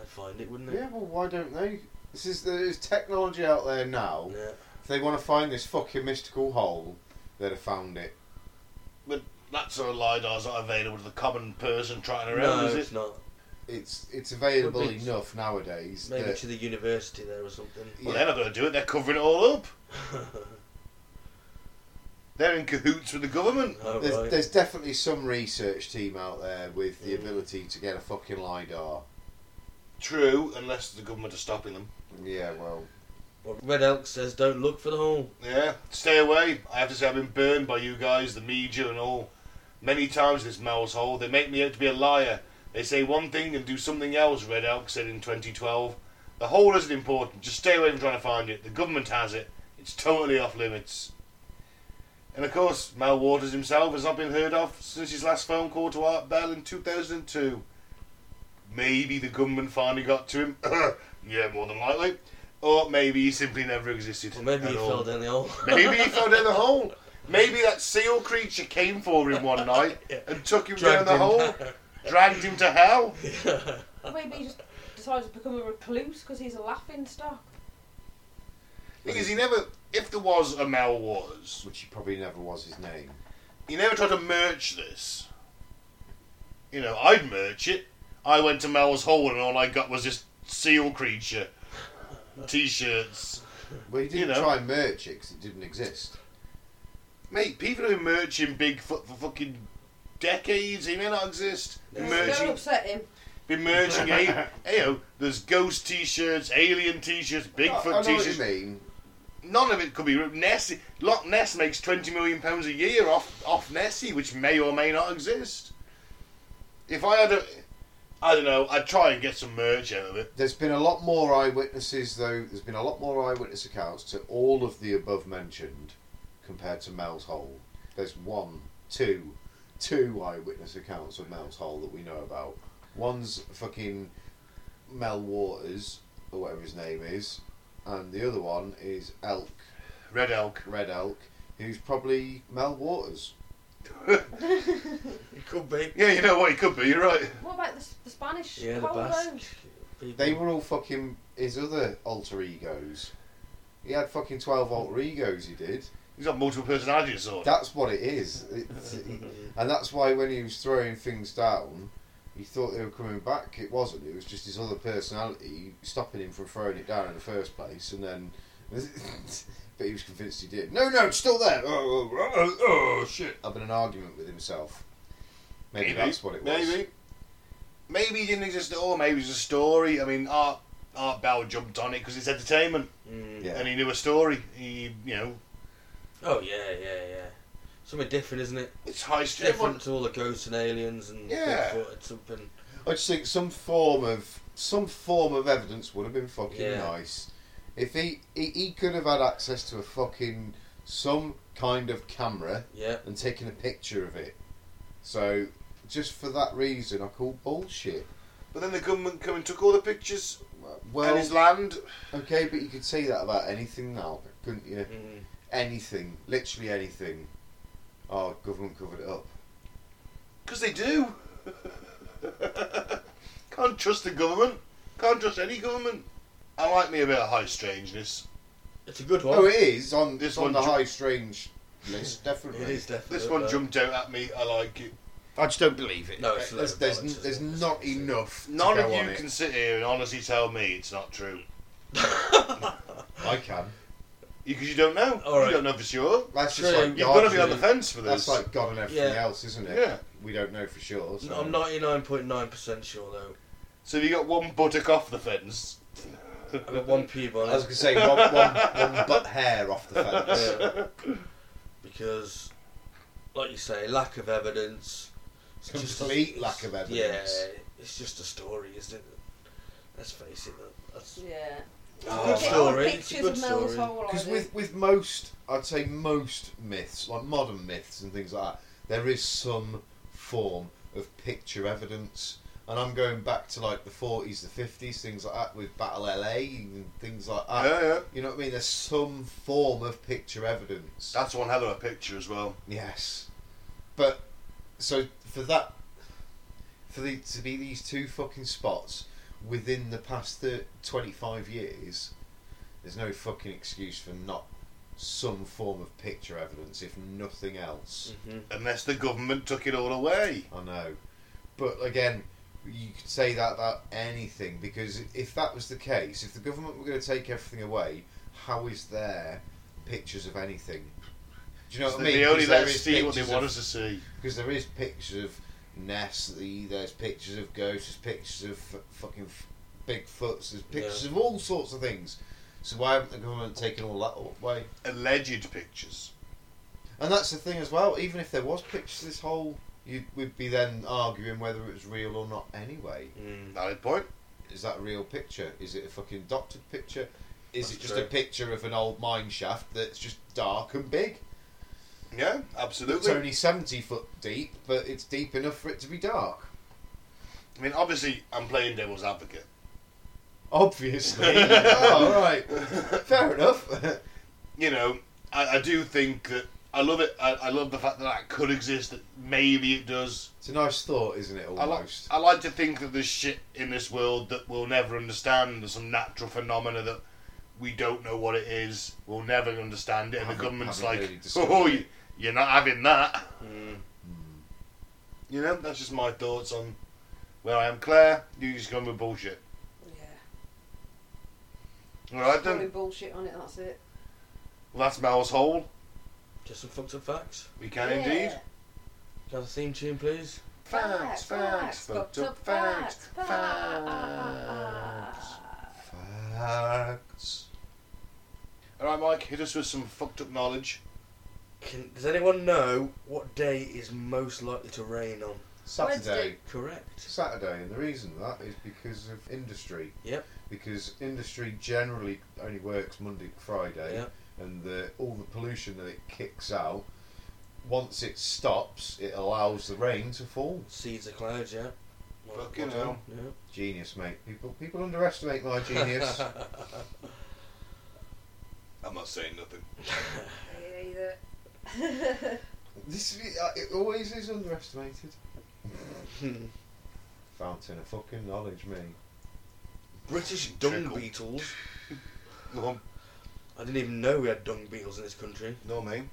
D: I'd find it, wouldn't it?
C: Yeah, well, why don't they? This is there's technology out there now.
D: Yeah.
C: If they want to find this fucking mystical hole, they'd have found it.
A: That sort of lidar's not available to the common person trying around,
D: No,
A: is
D: it's
A: it?
D: not.
C: It's it's available
D: Would be-
C: enough nowadays.
D: Maybe
C: that-
D: to the university there or something.
A: Well,
C: yeah.
A: they're not going to do it. They're covering it all up. They're in cahoots with the government.
D: oh,
C: There's,
D: right.
C: there's definitely some research team out there with the
D: Mm.
C: ability to get a fucking lidar.
A: True, unless the government are stopping them.
C: Yeah, well,
D: Well, Red Elk says don't look for the hole.
A: Yeah, stay away. I have to say, I've been burned by you guys, the media, and all. Many times this mouse hole. They make me out to be a liar. They say one thing and do something else, Red Elk said in 2012. The hole isn't important. Just stay away from trying to find it. The government has it. It's totally off limits. And of course, Mal Waters himself has not been heard of since his last phone call to Art Bell in 2002. Maybe the government finally got to him. yeah, more than likely. Or maybe he simply never existed.
D: Or maybe
A: at
D: he
A: all.
D: fell down the hole.
A: Maybe he fell down the hole. Maybe that seal creature came for him one night and took him
D: Dragged
A: down the hole,
D: him
A: dragged him to hell.
D: down.
B: Maybe he just decided to become a recluse because he's a laughing stock.
A: Because he never, if there was a Mal Waters,
C: which he probably never was his name.
A: he never tried to merch this. You know, I'd merch it. I went to Mal's hole and all I got was this seal creature t-shirts.
C: Well, he didn't
A: know.
C: try and merge it because it didn't exist.
A: Mate, people who merch in Bigfoot for fucking decades, he may not exist.
D: Yeah.
B: Don't
A: Merching
B: upset him.
A: be merging. a- hey, oh, there's ghost T-shirts, alien T-shirts,
C: I, I know
A: Bigfoot
C: what you
A: T-shirts.
C: mean.
A: None of it could be Ness. Loch Ness makes twenty million pounds a year off off Nessie, which may or may not exist. If I had a, I don't know, I'd try and get some merch out of it.
C: There's been a lot more eyewitnesses, though. There's been a lot more eyewitness accounts to all of the above mentioned compared to Mel's Hole. There's one, two, two eyewitness accounts of Mel's Hole that we know about. One's fucking Mel Waters, or whatever his name is, and the other one is Elk,
A: Red Elk.
C: Red Elk, who's probably Mel Waters.
D: It could be.
A: Yeah, you know what? It could be. You're right.
B: What about the, the Spanish?
D: Yeah, the
B: Cold
D: Basque.
B: Road?
D: people.
C: They were all fucking his other alter egos. He had fucking 12 alter egos, he did.
A: He's got multiple personality disorder.
C: That's what it is. It's, and that's why when he was throwing things down, he thought they were coming back. It wasn't. It was just his other personality stopping him from throwing it down in the first place. And then. but he was convinced he did. No, no, it's still there. Oh, oh, oh, oh, shit. Having an argument with himself. Maybe, that's what it was.
A: Maybe. Maybe he didn't exist at all. Maybe it was a story. I mean, Art Art Bell jumped on it because it's entertainment,
D: Mm.
C: Yeah.
A: and he knew a story. He, you know,
D: Oh yeah, yeah, yeah. Something different, isn't it?
A: it's high
D: It's
A: street.
D: different to all the ghosts and aliens and
A: Yeah.
D: Bigfoot and something.
C: I just think some form of some form of evidence would have been fucking
D: Yeah.
C: nice. If he, he he could have had access to a fucking some kind of camera
D: Yeah.
C: and taken a picture of it. So just for that reason, I call bullshit.
A: But then the government come and took all the pictures and his
C: Well,
A: land.
C: okay, but you could say that about anything now, couldn't you?
D: Mm.
C: Anything, literally anything. Oh, government covered it up.
A: Because they do. Can't trust the government. Can't trust any government. I like me a bit of high strangeness.
D: It's a good one.
C: Oh, it is on
A: This
C: this on
A: one
C: the
A: ju-
C: high strange list, definitely.
D: It is definitely.
A: This one
D: but-
A: jumped out at me. I like it.
C: I just don't believe it.
D: No, it's a load
C: there's,
D: of
C: there's,
D: bollocks,
C: there's
D: isn't it?
C: not enough. to
A: None
C: go
A: of
C: on
A: you
C: it.
A: can sit here and honestly tell me it's not true.
C: I can.
A: Because you don't know.
D: All right.
A: You don't know for sure.
C: That's
D: True.
C: just like
A: You've
C: God,
A: got to be on the
C: really.
A: fence for this.
C: That's like God and everything
D: Yeah.
C: else, isn't it?
A: Yeah.
C: We don't know for sure. So.
D: I'm 99.9% sure though.
A: So you got one buttock off the fence.
D: I've got one pube on
C: I was
D: it
C: gonna say one, one, one butt hair off the fence.
D: because, like you say, lack of evidence. It's just-
C: Complete lack of evidence.
D: Yeah, it's just a story, isn't it? Let's face it. that- That's
B: Yeah.
D: it's
C: Oh,
D: a
B: Look
D: good
B: at
C: all
D: story.
B: the
D: It's a
B: pictures
D: good
B: of Mel's
D: story.
B: Hole
C: Because
B: I
C: with with most, I'd say most myths, like modern myths and things like that, there is some form of picture evidence. And I'm going back to like the 40s, the 50s, things like that, with Battle LA and things like that.
A: yeah, yeah.
C: You know what I mean? There's some form of picture evidence.
A: That's one hell of a picture as well.
C: yes, but so for that, for the to be these two fucking spots within the past thir- 25 years, there's no fucking excuse for not some form of picture evidence, if nothing else.
D: hmm
A: Unless the government took it all away.
C: I know, but again. You could say that about anything because if that was the case, if the government were going to take everything away, how is there pictures of anything? Do you know what I mean?
A: they only
C: 'Cause there
A: let us
C: is
A: see what they
C: pictures
A: want
C: of-
A: us to see.
C: because there is pictures of Nestle, there's pictures of ghosts, there's pictures of f- fucking f- Bigfoots, there's pictures of all sorts of things. So why haven't the government taken all that away?
A: Alleged pictures.
C: And that's the thing as well. Even if there was pictures, of this whole you would be then arguing whether it was real or not. Anyway,
D: Mm.
A: Valid point.
C: is that a real picture? Is it a fucking doctored picture? Is
D: That's
C: it just
D: true.
C: a picture of an old mine shaft that's just dark and big?
A: Yeah,
C: It's
A: absolutely.
C: only seventy foot deep, but it's deep enough for it to be dark.
A: I mean, obviously, I'm playing devil's advocate.
C: Obviously. oh, all right. Fair enough.
A: you know, I, I do think that I love it. I, I love the fact that that could exist. That maybe it does.
C: it's a nice thought, isn't it?
A: I like.
C: Almost.
A: I like to think that there's shit in this world that we'll never understand. There's some natural phenomena that we don't know what it is. We'll never understand it, and the
C: Haven't-
A: government's
C: haven't
A: like,
C: really discovered
A: "Oh,
C: it." Hmm.
A: you, you're not having that."
D: Mm.
A: You know, that's just my thoughts on where I am. Claire, you just going with bullshit.
B: Yeah.
A: All right
B: Probably
A: then.
B: bullshit on it. That's it.
A: Well, that's Mal's hole.
D: Just some fucked up facts.
A: We can
B: Yeah.
A: indeed.
D: Can I have a theme tune, please?
A: Facts, facts, fucked up facts, facts.
B: facts.
C: Facts.
A: Alright, Mike, hit us with some fucked up knowledge.
D: Can, does anyone know what day is most likely to rain on?
C: Saturday.
B: Wednesday.
D: Correct.
C: Saturday, and the reason for that is because of industry.
D: Yep.
C: Because industry generally only works Monday, to Friday,
D: Yep.
C: and the, all the pollution that it kicks out, once it stops, it allows the rain to fall.
D: Seeds of clouds. Yeah. Well,
A: Fucking
D: well done,
C: Genius, mate. People people underestimate my
D: Yeah.
C: genius.
A: I'm not saying nothing.
C: this is- uh, it always is underestimated. Fountain of fucking knowledge, mate.
D: British dung
A: Trickle.
D: beetles.
A: Go on.
D: I didn't even know we had dung beetles in this country.
A: No, mate.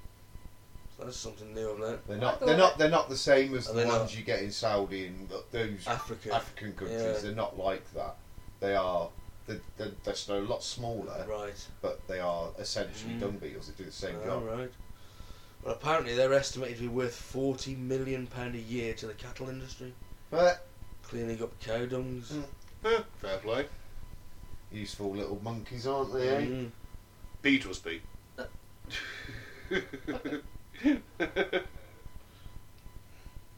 D: So that's something new I've learned.
C: They're
B: I
C: not.
B: thought
C: They're
B: that-
C: not. They're not the same as
D: Are
C: the
D: they
C: ones
D: not?
C: you get in Saudi and th- those
D: Africa.
C: African countries.
D: Yeah.
C: They're not like that. They are. They're, they're, they're still a lot
A: Uh,
C: smaller,
D: Right.
C: but they are essentially
D: Mm.
C: dung beetles. They do the same
D: All
C: job.
D: right. Well, apparently they're estimated to be worth forty million pound a year to the cattle industry,
C: But
D: cleaning up cow dungs.
C: Mm.
A: Eh, fair play.
C: useful little monkeys, aren't they? eh?
D: Mm.
A: Beatles beat.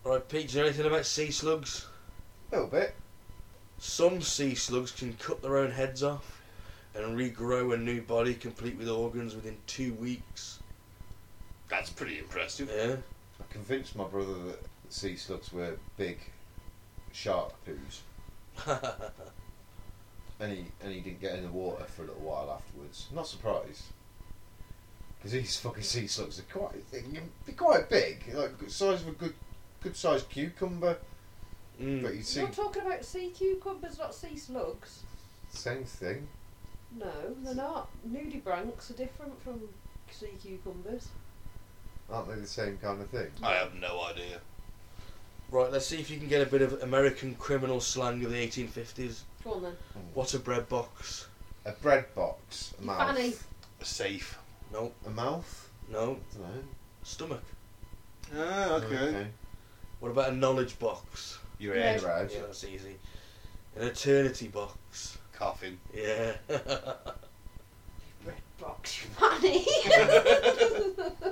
D: All right, Pete. Do you know anything about sea slugs?
C: A little bit.
D: Some sea slugs can cut their own heads off and regrow a new body complete with organs within two weeks.
A: That's pretty impressive.
D: Yeah.
C: I convinced my brother that sea slugs were big shark poos, and he and he didn't get in the water for a little while afterwards. Not surprised, because these fucking sea slugs are quite they- they're quite big, like the size of a good good sized cucumber. But
D: mm.
C: you see,
B: You're talking about sea cucumbers, not sea slugs.
C: same thing.
B: No, they're not. Nudibranchs are different from sea cucumbers.
C: Aren't they the same kind of thing?
A: I have no idea.
D: Right, let's see if you can get a bit of American criminal slang of the 1850s.
B: Go on then.
D: What a bread box.
C: A bread box, a
B: You
C: mouth,
B: fanny.
A: Safe.
D: No,
C: a mouth.
D: no,
C: I don't know.
D: stomach.
A: Ah,
D: What about a knowledge box?
A: Your
B: Yeah.
A: head.
C: Your head.
D: Yeah, that's easy. An eternity box.
A: Coffin.
D: Yeah.
B: Red box, you fanny.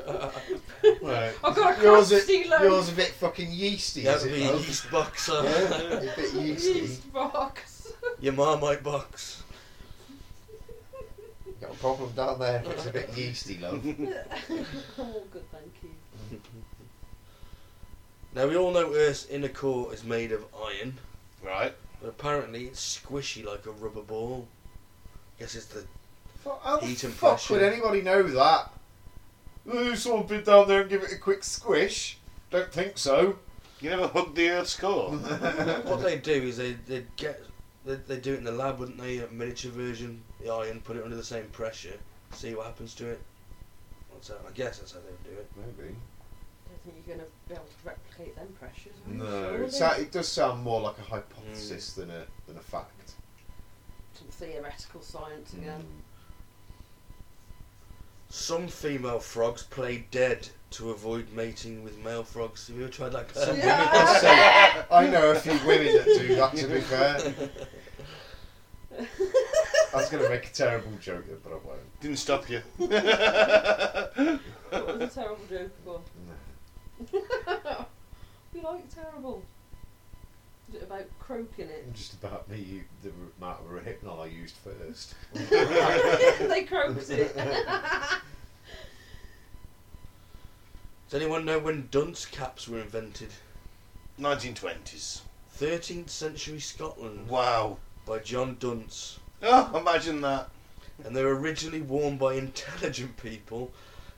C: Right.
B: I've got a
C: Yours, a,
B: crusty loaf.
C: yours a bit fucking yeasty.
D: that
C: is
D: would
C: it,
D: be a
C: love?
D: yeast box. uh,
C: Yeah, a bit yeasty.
B: Yeast box.
D: Your marmite box.
C: Got a problem down there if it's a bit yeasty, love.
B: I'm all good, thank you.
D: Now, we all know Earth's inner core is made of iron.
A: Right.
D: But apparently it's squishy like a rubber ball. Guess it's the
C: Fuck, How the
D: Heat and
C: fuck
D: pressure.
C: would anybody know that? Ooh, someone been down there and give it a quick squish. Don't think so.
A: You never hugged the Earth's core.
D: what they do is they they get they they do it in the lab, wouldn't they? A miniature version, the iron, put it under the same pressure, see what happens to it. That's how, I guess that's how they would do it.
C: Maybe.
B: I don't think you're going to be able to replicate them pressures. are you?
C: No,
B: Surely.
C: it, sa- it does sound more like a hypothesis than a than a fact.
B: Some theoretical science
C: Mm.
B: again.
D: Some female frogs play dead to avoid mating with male frogs. Have you ever tried that? Claire?
B: Yeah.
C: Women do say- I know a few women that do that. To be fair,
D: uh,
C: I was going to make a terrible joke there, but I won't.
A: Didn't stop you.
B: That was a terrible joke before. you like terrible. Is it about croaking it?
C: Just about me, you, the amount of rehypnol I used first.
B: they croaked it.
D: Does anyone know when dunce caps were invented?
A: 1920s.
D: 13th century Scotland
A: Wow.
D: by John Dunce.
A: Oh, imagine that.
D: and they're originally worn by intelligent people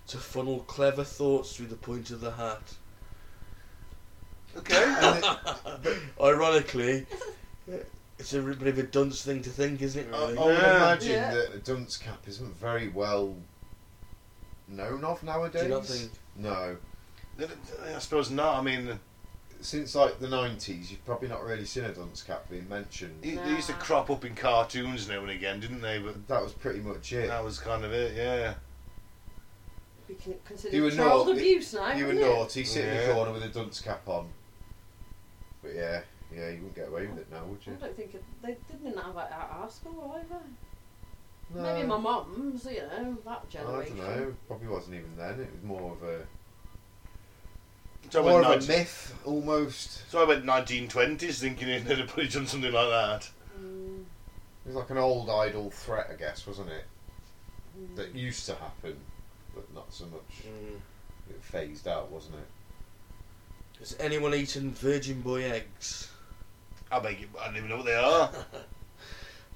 D: to funnel clever thoughts through the point of the hat.
A: Okay.
D: Ironically, it's a bit of a dunce thing to think, isn't it?
C: Oh, I, I
D: Really?
C: would
A: Yeah.
C: imagine
B: Yeah.
C: that a dunce cap isn't very well known of
D: Do
C: nowadays.
D: you not think?
C: No,
A: I suppose not. I mean,
C: since like the nineties, you've probably not really seen a dunce cap being mentioned.
A: they they used to
B: Nah.
A: crop up in cartoons now and again, didn't they? But
C: That was pretty much it.
A: that was kind of it, yeah.
B: Be con- considered
C: You were
B: child
C: naughty.
B: abuse now.
C: you were
B: wouldn't it?
C: naughty, sitting in
A: Yeah.
C: the corner with a dunce cap on. But yeah, yeah, you wouldn't get away with it now, would
B: I
C: you?
B: don't think it, they didn't have it at our school either.
C: No.
B: Maybe my mum's, you know, that
C: I don't
B: generation.
C: know. Probably wasn't even then. It was more of a
A: So I
C: more
A: went,
C: of a
A: 19,
C: myth almost.
A: so I went 1920s thinking they'd have probably done something like that.
B: Mm,
C: It was like an old idol threat, I guess, wasn't it?
B: mm.
C: That used to happen, but not so much.
D: Mm.
C: It phased out, wasn't it?
D: Has anyone eaten Virgin Boy eggs?
A: I beg you, I don't even know what they are.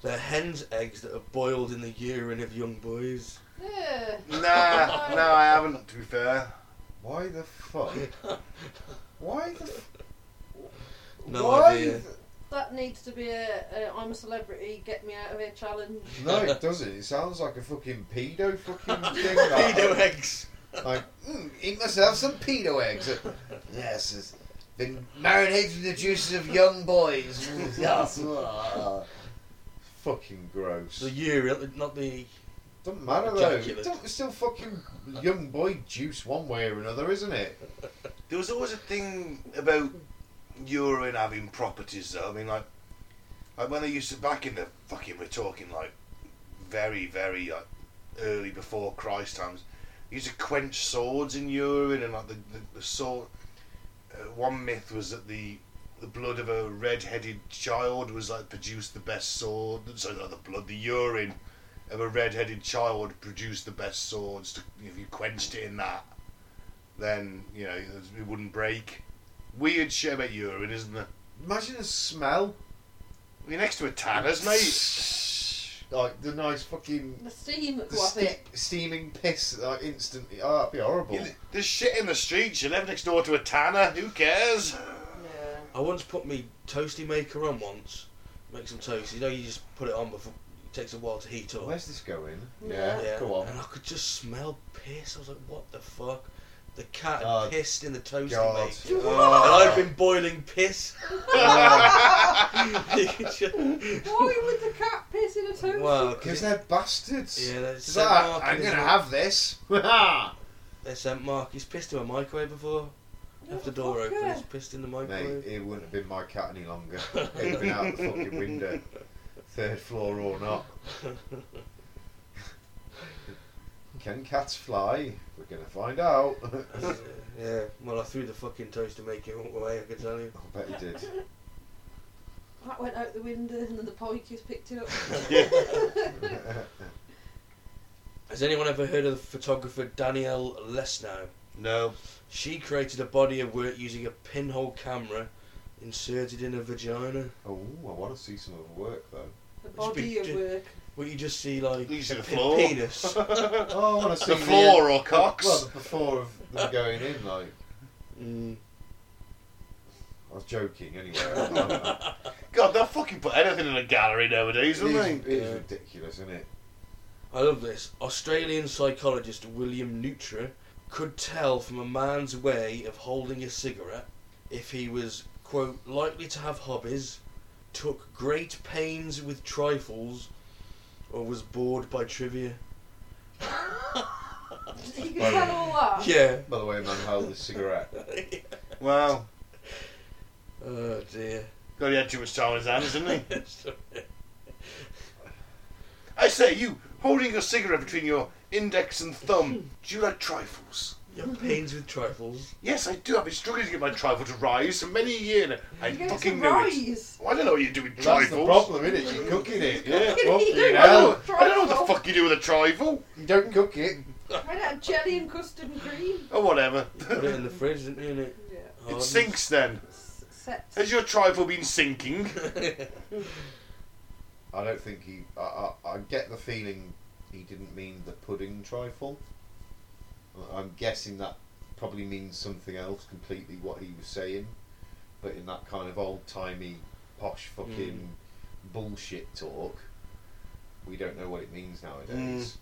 D: They're hen's eggs that are boiled in the urine of young boys.
B: Yeah.
A: nah, no, I haven't. To be fair,
C: Why the fuck? Why the? F-
D: No
C: why
D: idea.
C: the-
B: That needs to be a, a I'm a celebrity, get me out of here challenge.
C: no, it doesn't. It sounds like a fucking pedo fucking thing. like-
D: Pedo eggs.
C: Like, mm, eat myself some pedo eggs. yes, it's been marinated in the juices of young boys. Yes. fucking gross.
D: The urine, not the.
C: Doesn't matter though.
D: Ejaculate.
C: Don't- It's still fucking young boy juice one way or another, isn't it?
A: there was always a thing about urine having properties, though. I mean, like, like when I used to back in the fucking we're talking like very, very like early before Christ times. you Used to quench swords in urine, and like the the, the sword. Uh, one myth was that the the blood of a red-headed child was like produced the best sword. So not the blood, the urine of a red-headed child produced the best swords. To, if you quenched it in that, then you know it wouldn't break. Weird shit about urine, isn't there?
C: Imagine the smell.
A: You're next to a tanner's, mate.
C: Like the nice fucking
B: The steam that
C: the
B: go off
C: ste-
B: it.
C: steaming piss like instantly. Oh, that'd be horrible.
A: You- There's shit in the streets. You live next door to a tanner. Who cares?
B: Yeah.
D: I once put my toasty maker on once, make some toast. You know, you just put it on before it takes a while to heat up.
C: Where's this going?
B: Yeah.
D: Yeah,
C: Go on.
D: and I could just smell piss. I was like, what the fuck? The cat had
C: Oh,
D: pissed in the toaster,
C: God.
D: mate.
B: Oh.
D: And I've been boiling piss. You could ju-
B: Why would the cat piss in a toaster?
D: wow,
C: Because
D: because
C: they're bastards.
D: yeah, they
C: Is
D: sent
C: that-
D: Mark.
C: I'm
D: in his-
C: gonna have this. Mate,
D: They sent Mark. He's pissed in a microwave before.
B: What
D: Left the
B: the
D: door
B: fuck,
D: open.
B: yeah.
D: He's pissed in the microwave.
C: it wouldn't have been my cat any longer. It'd been out the fucking window, third floor or not. Can cats fly? We're gonna find out. I
D: yeah. Well, I threw the fucking toaster maker away. I can tell you.
C: bet he did.
B: That went out the window and then the pikeys picked it up.
D: Has anyone ever heard of the photographer Danielle Lesnow?
A: No.
D: She created a body of work using a pinhole camera inserted in a vagina.
C: oh, I want to see some of her work though.
B: The
D: should be
B: body of
D: ju-
B: work.
D: Where you just see like
A: You see
D: a
A: the
D: pin-
A: floor.
D: penis.
C: Oh, I want to see
A: The floor
C: uh,
A: or cocks?
C: Well, the floor of them going in. Like
D: Mm.
C: I was joking anyway. I-
A: God, they'll fucking put anything in a gallery
C: it
A: nowadays,
C: is,
A: wouldn't
C: it
A: they?
C: is
D: Yeah.
C: ridiculous, isn't it?
D: I love this. Australian psychologist William Neutra could tell from a man's way of holding a cigarette if he was, quote, likely to have hobbies, took great pains with trifles, or was bored by trivia.
B: You can tell all that.
D: Yeah.
C: By the way, a man held his cigarette.
A: Wow.
D: oh dear.
A: God, he had too much time on his hands, didn't he? I say, you holding your cigarette between your index and thumb. Do you like trifles?
D: Your pains with trifles.
A: Yes, I do. I've been struggling to get my trifle to rise for many a year now. I
B: You get
A: fucking
B: some
A: knew it.
B: rise.
A: Well, I don't know what you do with
C: That's the
A: trifles.
C: problem, isn't it? You're cooking it.
A: Yeah.
B: Fucking
C: Fucking
B: eating
A: I
C: hell.
A: don't, know- I don't know what the fuck you do with a trifle.
C: You don't cook it.
B: Made out of jelly and custard and cream.
A: Or Oh, whatever.
D: Put it in the fridge, didn't you? And it
B: Yeah.
A: It
D: hardens.
A: sinks then.
B: S- Set.
A: Has your trifle been sinking?
C: I don't think he. I, I, I get the feeling he didn't mean the pudding trifle. I- I'm guessing that probably means something else completely. What he was saying, but in that kind of old timey, posh fucking bullshit talk, we don't know what it means nowadays.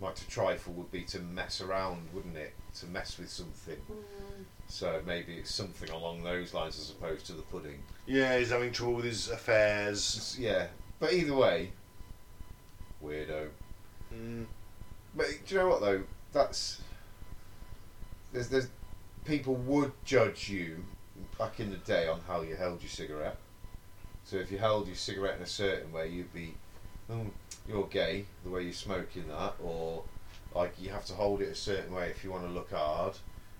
C: Like to trifle would be to mess around, wouldn't it? To mess with something.
B: Mm.
C: So maybe it's something along those lines as opposed to the pudding.
A: Yeah, he's having trouble with his affairs.
C: It's- yeah, but either way, weirdo.
D: Mm.
C: But do you know what though? That's there's there's people would judge you back in the day on how you held your cigarette. So if you held your cigarette in a certain way, you'd be, mm, you're gay, the way you're smoking that, or like you have to hold it a certain way if you want to look hard.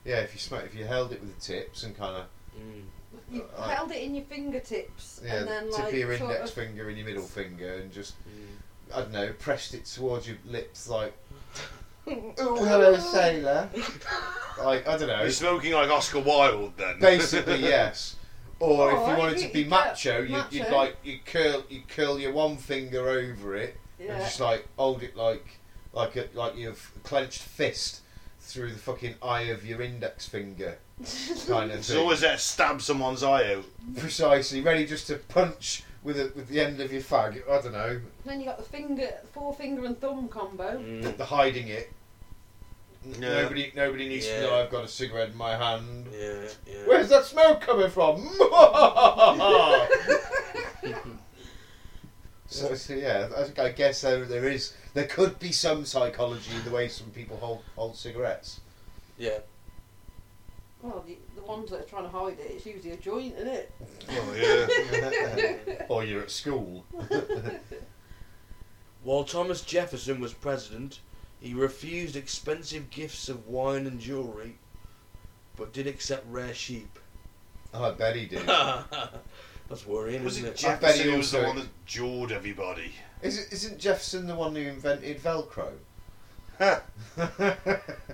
C: Yeah, if you smoke, if you held it with the tips and kind of
D: Mm.
B: You
C: Uh,
B: held it in your fingertips
C: yeah,
B: and then
C: tip
B: like
C: of your
B: sort
C: index
B: of
C: finger and your middle finger and just
D: Mm.
C: I don't know, pressed it towards your lips like, "Ooh, hello sailor." like I don't know.
A: You're smoking like Oscar Wilde then.
C: Basically, yes. Or if you
B: Alright,
C: wanted
B: you-
C: to be
B: Oh, you go-
C: macho, you'd, you'd
B: macho.
C: like you curl you curl your one finger over it and
B: yeah.
C: just like hold it like like a, like you've clenched fist through the fucking eye of your index finger kind of
A: It's
C: thing.
A: always there to stab someone's eye out.
C: precisely ready just to punch with a, with the end of your fag. I don't know,
B: Then you got the finger, forefinger and thumb combo.
C: the,
D: Mm.
C: the hiding it. N-
A: Yeah.
C: Nobody nobody needs
D: Yeah.
C: to know I've got a cigarette in my hand.
D: Yeah, yeah.
C: Where's that smoke coming from? so, so yeah, I, think- I guess there, there is there could be some psychology in the way some people hold hold cigarettes.
D: yeah.
B: Well, the, the ones that are trying to hide it, it's usually a joint, isn't it?
A: Oh, yeah.
C: or you're at school.
D: While Thomas Jefferson was president, he refused expensive gifts of wine and jewellery, but did accept rare sheep.
C: I bet he did.
D: That's worrying,
A: Was
D: isn't
A: it
D: it?
C: I bet he
A: Jefferson who was the
C: also-
A: one that jawed everybody?
C: Is it, isn't Jefferson the one who invented Velcro?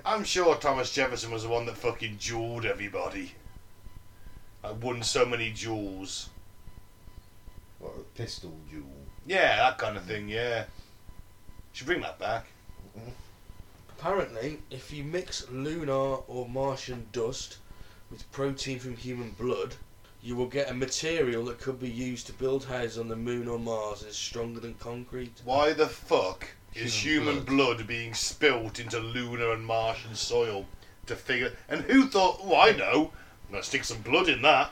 A: I'm sure Thomas Jefferson was the one that fucking jawed everybody. I won so many duels.
C: what a pistol duel.
A: Yeah, that kind of thing, yeah. Should bring that back.
D: Apparently, if you mix lunar or Martian dust with protein from human blood, you will get a material that could be used to build houses on the moon or Mars that is stronger than concrete.
A: Why the fuck is
C: Human
A: human blood. being spilt into lunar and Martian soil to figure. And who thought, oh, I know, I'm gonna stick some blood in that.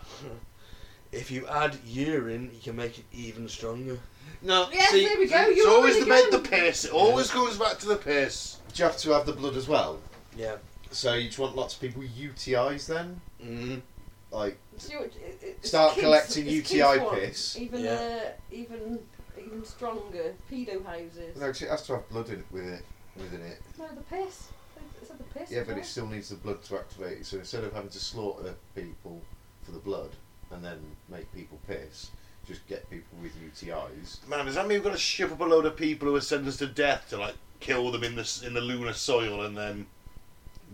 D: If you add urine, you can make it even stronger.
C: No,
B: Yes,
C: see,
B: there we go.
A: it's
B: You're
A: always the bed, the
B: again.
A: piss. It always goes back to the piss.
C: do you have to have the blood as well?
D: Yeah.
C: So you just want lots of people with UTIs then, Mm-hmm.
D: Mm.
C: like
B: See what- it- it- it's
C: Start
B: kids-
C: collecting
B: it's kids'
C: UTI
B: ones.
C: piss.
B: Even
D: Yeah.
B: uh, even even stronger pedo houses.
C: no, 'cause it has to have blood in, with it within it.
B: No, the piss. Is- Is that the piss?
C: Yeah, but it
B: No.
C: still needs the blood to activate it. So instead of having to slaughter people for the blood and then make people piss, just get people with UTIs.
A: Man, does that mean we've got to ship up a load of people who are sentenced to death to like kill them in the s- in the lunar soil and then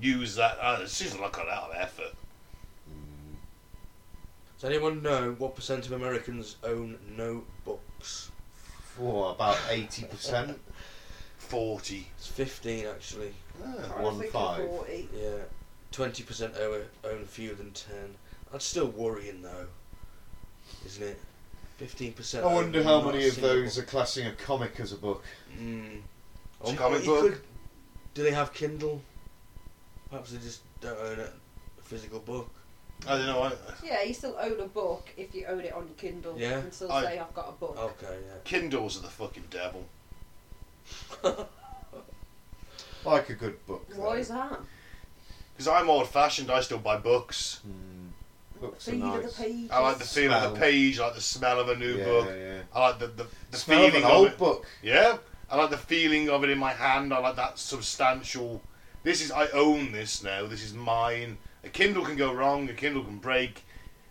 A: use that? Uh, it seems like an out of effort.
C: Mm.
D: Does anyone know what percent of Americans own no books?
C: For oh, about 80%.
A: Forty.
D: It's 15 actually.
B: I
C: one
B: was thinking
C: five.
B: 40.
D: Yeah. 20% owe, own fewer than 10. That's still worrying though, isn't it? 15%.
C: I wonder
D: own
C: how
D: not
C: many
D: a
C: of
D: single
C: those are
D: book.
C: classing a comic as a book.
D: Mm.
A: It's a
D: Oh,
A: comic
D: you
A: book.
D: could- do they have Kindle? Perhaps they just don't own a physical book.
A: I don't know. I,
B: Yeah, you still own a book if you own it on Kindle.
D: Yeah. Oh.
B: You can still
A: I-
B: say I've got a book.
D: Okay,
A: Kindles are the fucking devil.
D: yeah.
C: Like a good book. Though.
B: Why is that?
A: Because I'm old fashioned. I still buy books.
C: Mm. Books are
B: Feed of the
C: nice.
B: pages.
A: I like the feel of the
C: Smell.
A: page. I like the smell of a new
C: yeah,
A: book.
C: yeah.
A: I like the the, the
C: The smell of
A: feeling
C: an
A: of,
C: old
A: it.
C: book.
A: Yeah. I like the feeling of it in my hand. I like that substantial. This is I own this now. This is mine. A Kindle can go wrong. A Kindle can break.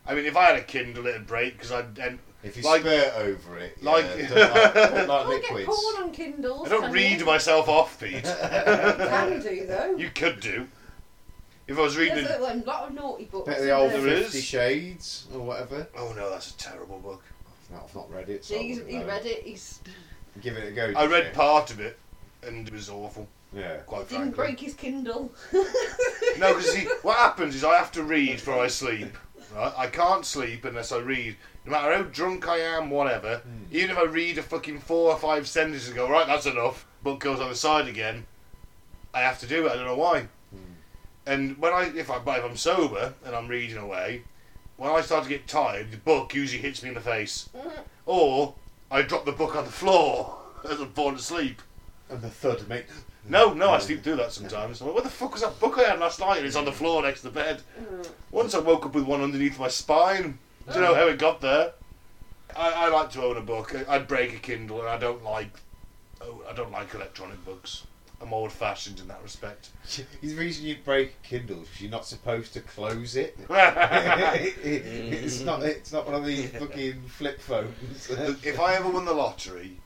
A: I mean, if I had a Kindle, it'd break because I'd. And
C: If you
A: Like-
C: spurt over it, yeah,
A: like-
C: don't like, don't
B: You
C: like
B: can't get porn
C: liquids.
B: on Kindles.
A: I don't
B: can
A: read
B: you?
A: myself off, Pete.
B: You can do though.
A: you could do. If I was reading.
B: There's
A: A,
B: a, a lot of naughty books.
C: Bet
B: in
C: the old
A: There
B: there.
A: is.
C: Fifty Shades or whatever.
A: oh no, that's a terrible book.
C: No, I've not read it. So I
B: He's,
C: wouldn't
B: he
C: know.
B: read it. He's
C: Give it a go.
A: I
C: did
A: read
C: you?
A: part of it, and it was awful.
C: Yeah.
A: Quite frankly.
B: didn't break his Kindle.
A: No, because what happens is I have to read before I sleep. Right? I can't sleep unless I read. No matter how drunk I am, whatever. Even if I read a fucking four or five sentences and go right, that's enough. Book goes on the side again. I have to do it. I don't know why. And when I, if I, but if I'm sober and I'm reading away, when I start to get tired, the book usually hits me in the face, or I drop the book on the floor as I'm falling asleep.
C: And the thud mate.
A: No, no, I sleep through that sometimes. I'm like, what the fuck was that book I had last night? And it's on the floor next to the bed. Once I woke up with one underneath my spine. Do you know how it got there? I, I like to own a book. I, I'd break a Kindle, and I don't like. Oh, I don't like electronic books. I'm old-fashioned in that respect.
C: The reason you break a Kindle is 'cause you're not supposed to close it. it's not. It's not one of these fucking flip phones.
A: if I ever won the lottery,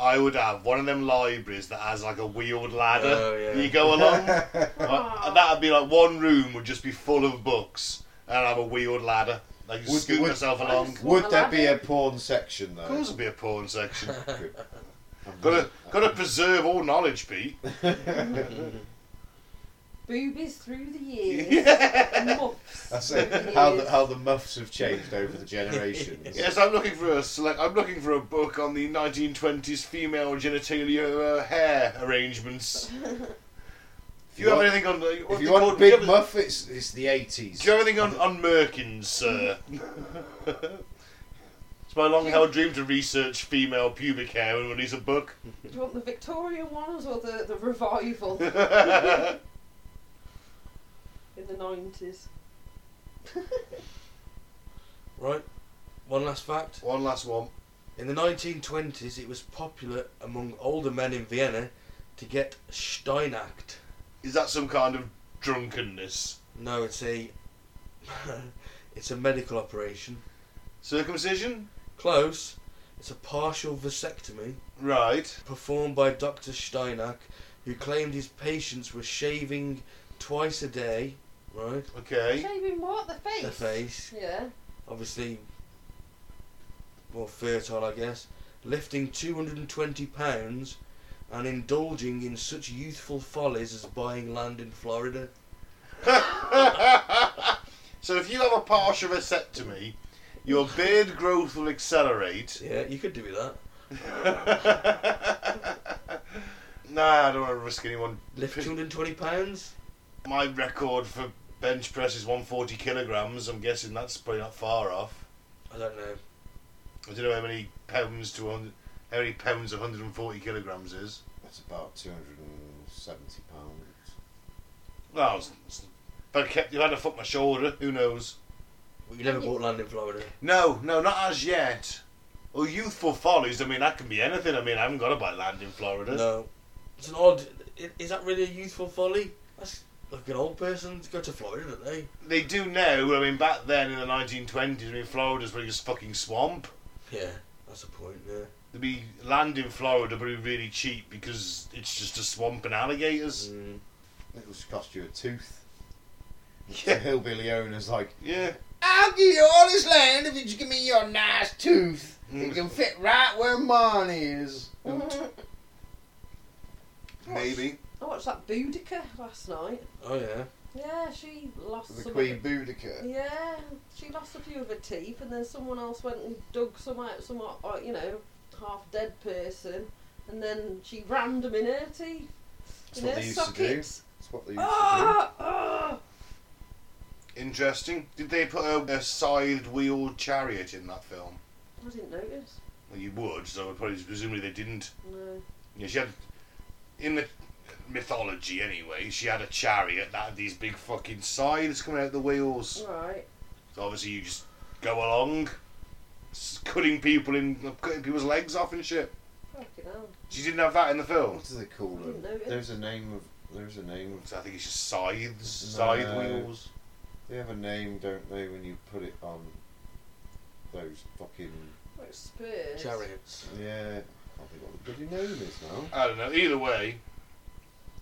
A: I would have one of them libraries that has like a wheeled ladder.
D: Oh, yeah.
A: You go along. Like, and that'd be like one room would just be full of books, and I'd have a wheeled ladder. Like you
C: Would-
A: scoot
C: would-
A: yourself along.
C: Would there be a porn section
A: Of
C: though?
A: course, there'd be a porn section. gotta, gotta preserve all knowledge, Pete.
B: Boobies through the years. Muffs.
C: That's
B: through
C: it.
B: the
C: How
B: years.
C: the, how the muffs have changed over the generations.
A: Yes, I'm looking for a select. I'm looking for a book on the 1920s female genitalia uh, hair arrangements. If you have anything on, the- what
C: If you
A: they
C: want
A: called-
C: a big
A: do you have-
C: muff, it's, it's the 80s.
A: Do you have anything on, on Merkins, sir? it's my long held dream to research female pubic hair and release a book.
B: Do you want the Victorian ones or the, the revival
A: I've
B: in the 90s?
D: Right, one last fact.
A: One last one.
D: In the 1920s, it was popular among older men in Vienna to get Steinacht.
A: Is that some kind of drunkenness?
D: No, it's a it's a medical operation.
A: Circumcision?
D: Close. It's a partial vasectomy
A: Right.
D: performed by Dr. Steinack, who claimed his patients were shaving twice a day, right?
A: Okay.
B: Shaving what? The face?
D: Their face,
B: Yeah.
D: obviously more fertile, I guess. Lifting 220 pounds and indulging in such youthful follies as buying land in Florida.
A: so if you have a partial vasectomy, your beard growth will accelerate.
D: Yeah, you could do with that.
A: nah, I don't want to risk anyone.
D: Lift 220 pounds.
A: My record for bench press is 140 kilograms. I'm guessing that's probably not far off.
D: I don't know.
A: I don't know how many pounds to 100, how many pounds 140 kilograms is.
C: That's about 270 pounds.
A: Well, it's, it's, if I kept, if I'd have fucked my shoulder, who knows?
D: You never bought land in Florida.
A: No, no, not as yet. Or youthful follies. I mean, that can be anything. I mean, I haven't got to buy land in Florida.
D: No. It's an odd. i- Is that really a youthful folly? That's like an old person to go to Florida, don't they?
A: They do now. I mean, back then in the 1920s, I mean, Florida's probably just fucking swamp.
D: Yeah, that's the point, yeah.
A: There'd be land in Florida, but it'd be really cheap because it's just a swamp and alligators.
D: Mm.
C: It will cost you a tooth. The
A: Yeah,
C: hillbilly owner's like,
A: yeah.
C: I'll give you all this land if you just give me your nice tooth. It can fit right where mine is.
B: I
A: Maybe.
B: watched that Boudica last night.
D: Oh, yeah.
B: Yeah, she lost
C: The
B: some
C: Queen
B: of
C: Boudica.
B: her- Mm-hmm. Yeah, she lost a few of her teeth, and then someone else went and dug some out, some uh, you know, half dead person, and then she rammed them in her teeth.
C: That's
B: in
C: what
B: her
C: they used to do.
B: sockets.
C: That's what they used to
B: Ah! ah.
A: Interesting. Did they put a, a scythed wheeled chariot in that film?
B: I didn't notice.
A: Well, you would, so probably presumably they didn't.
B: No.
A: Yeah, she had in the mythology anyway. She had a chariot that had these big fucking sides coming out the wheels.
B: Right.
A: So obviously you just go along, s- cutting people in, cutting people's legs off and shit.
B: Fucking hell.
A: She didn't have that in the
C: do.
A: film.
C: What do they call
B: I
C: them?
B: didn't know it.
C: There's a name of. There's a name of.
A: So I think it's just scythes, scythe
C: No.
A: wheels.
C: They have a name, don't they, when you put it on those fucking.
B: Like spurs.
D: Chariots.
C: Yeah. I can't think what the bloody name is now.
A: I don't know. Either way,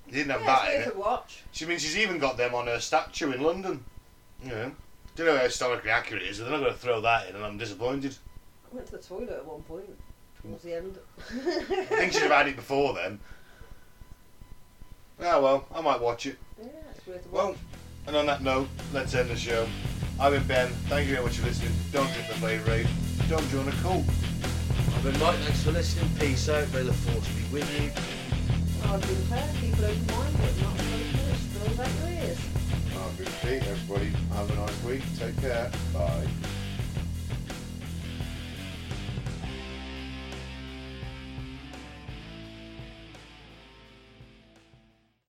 A: they didn't
B: Yeah,
A: have
B: it's
A: that in
B: worth
A: it.
B: a watch.
A: She means she's even got them on her statue in London. Yeah. Don't know how historically accurate it is, but they're not going to throw that in, and I'm disappointed.
B: I went to the toilet at one point.
C: Hmm.
B: Towards the end.
A: I think she'd have had it before then. Ah well, I might watch it.
B: Yeah, it's worth a watch.
A: Well, and on that note, let's end the show. I've been Ben. Thank you very much for listening. Don't drink the flavour rate. Don't join a cult.
D: I've been Mike, thanks for listening. Peace out. May the force be with you.
B: I've been fair, people open-minded, not so finished, girls out your ears.
C: I've been Pete, everybody. Have a nice week. Take care. Bye.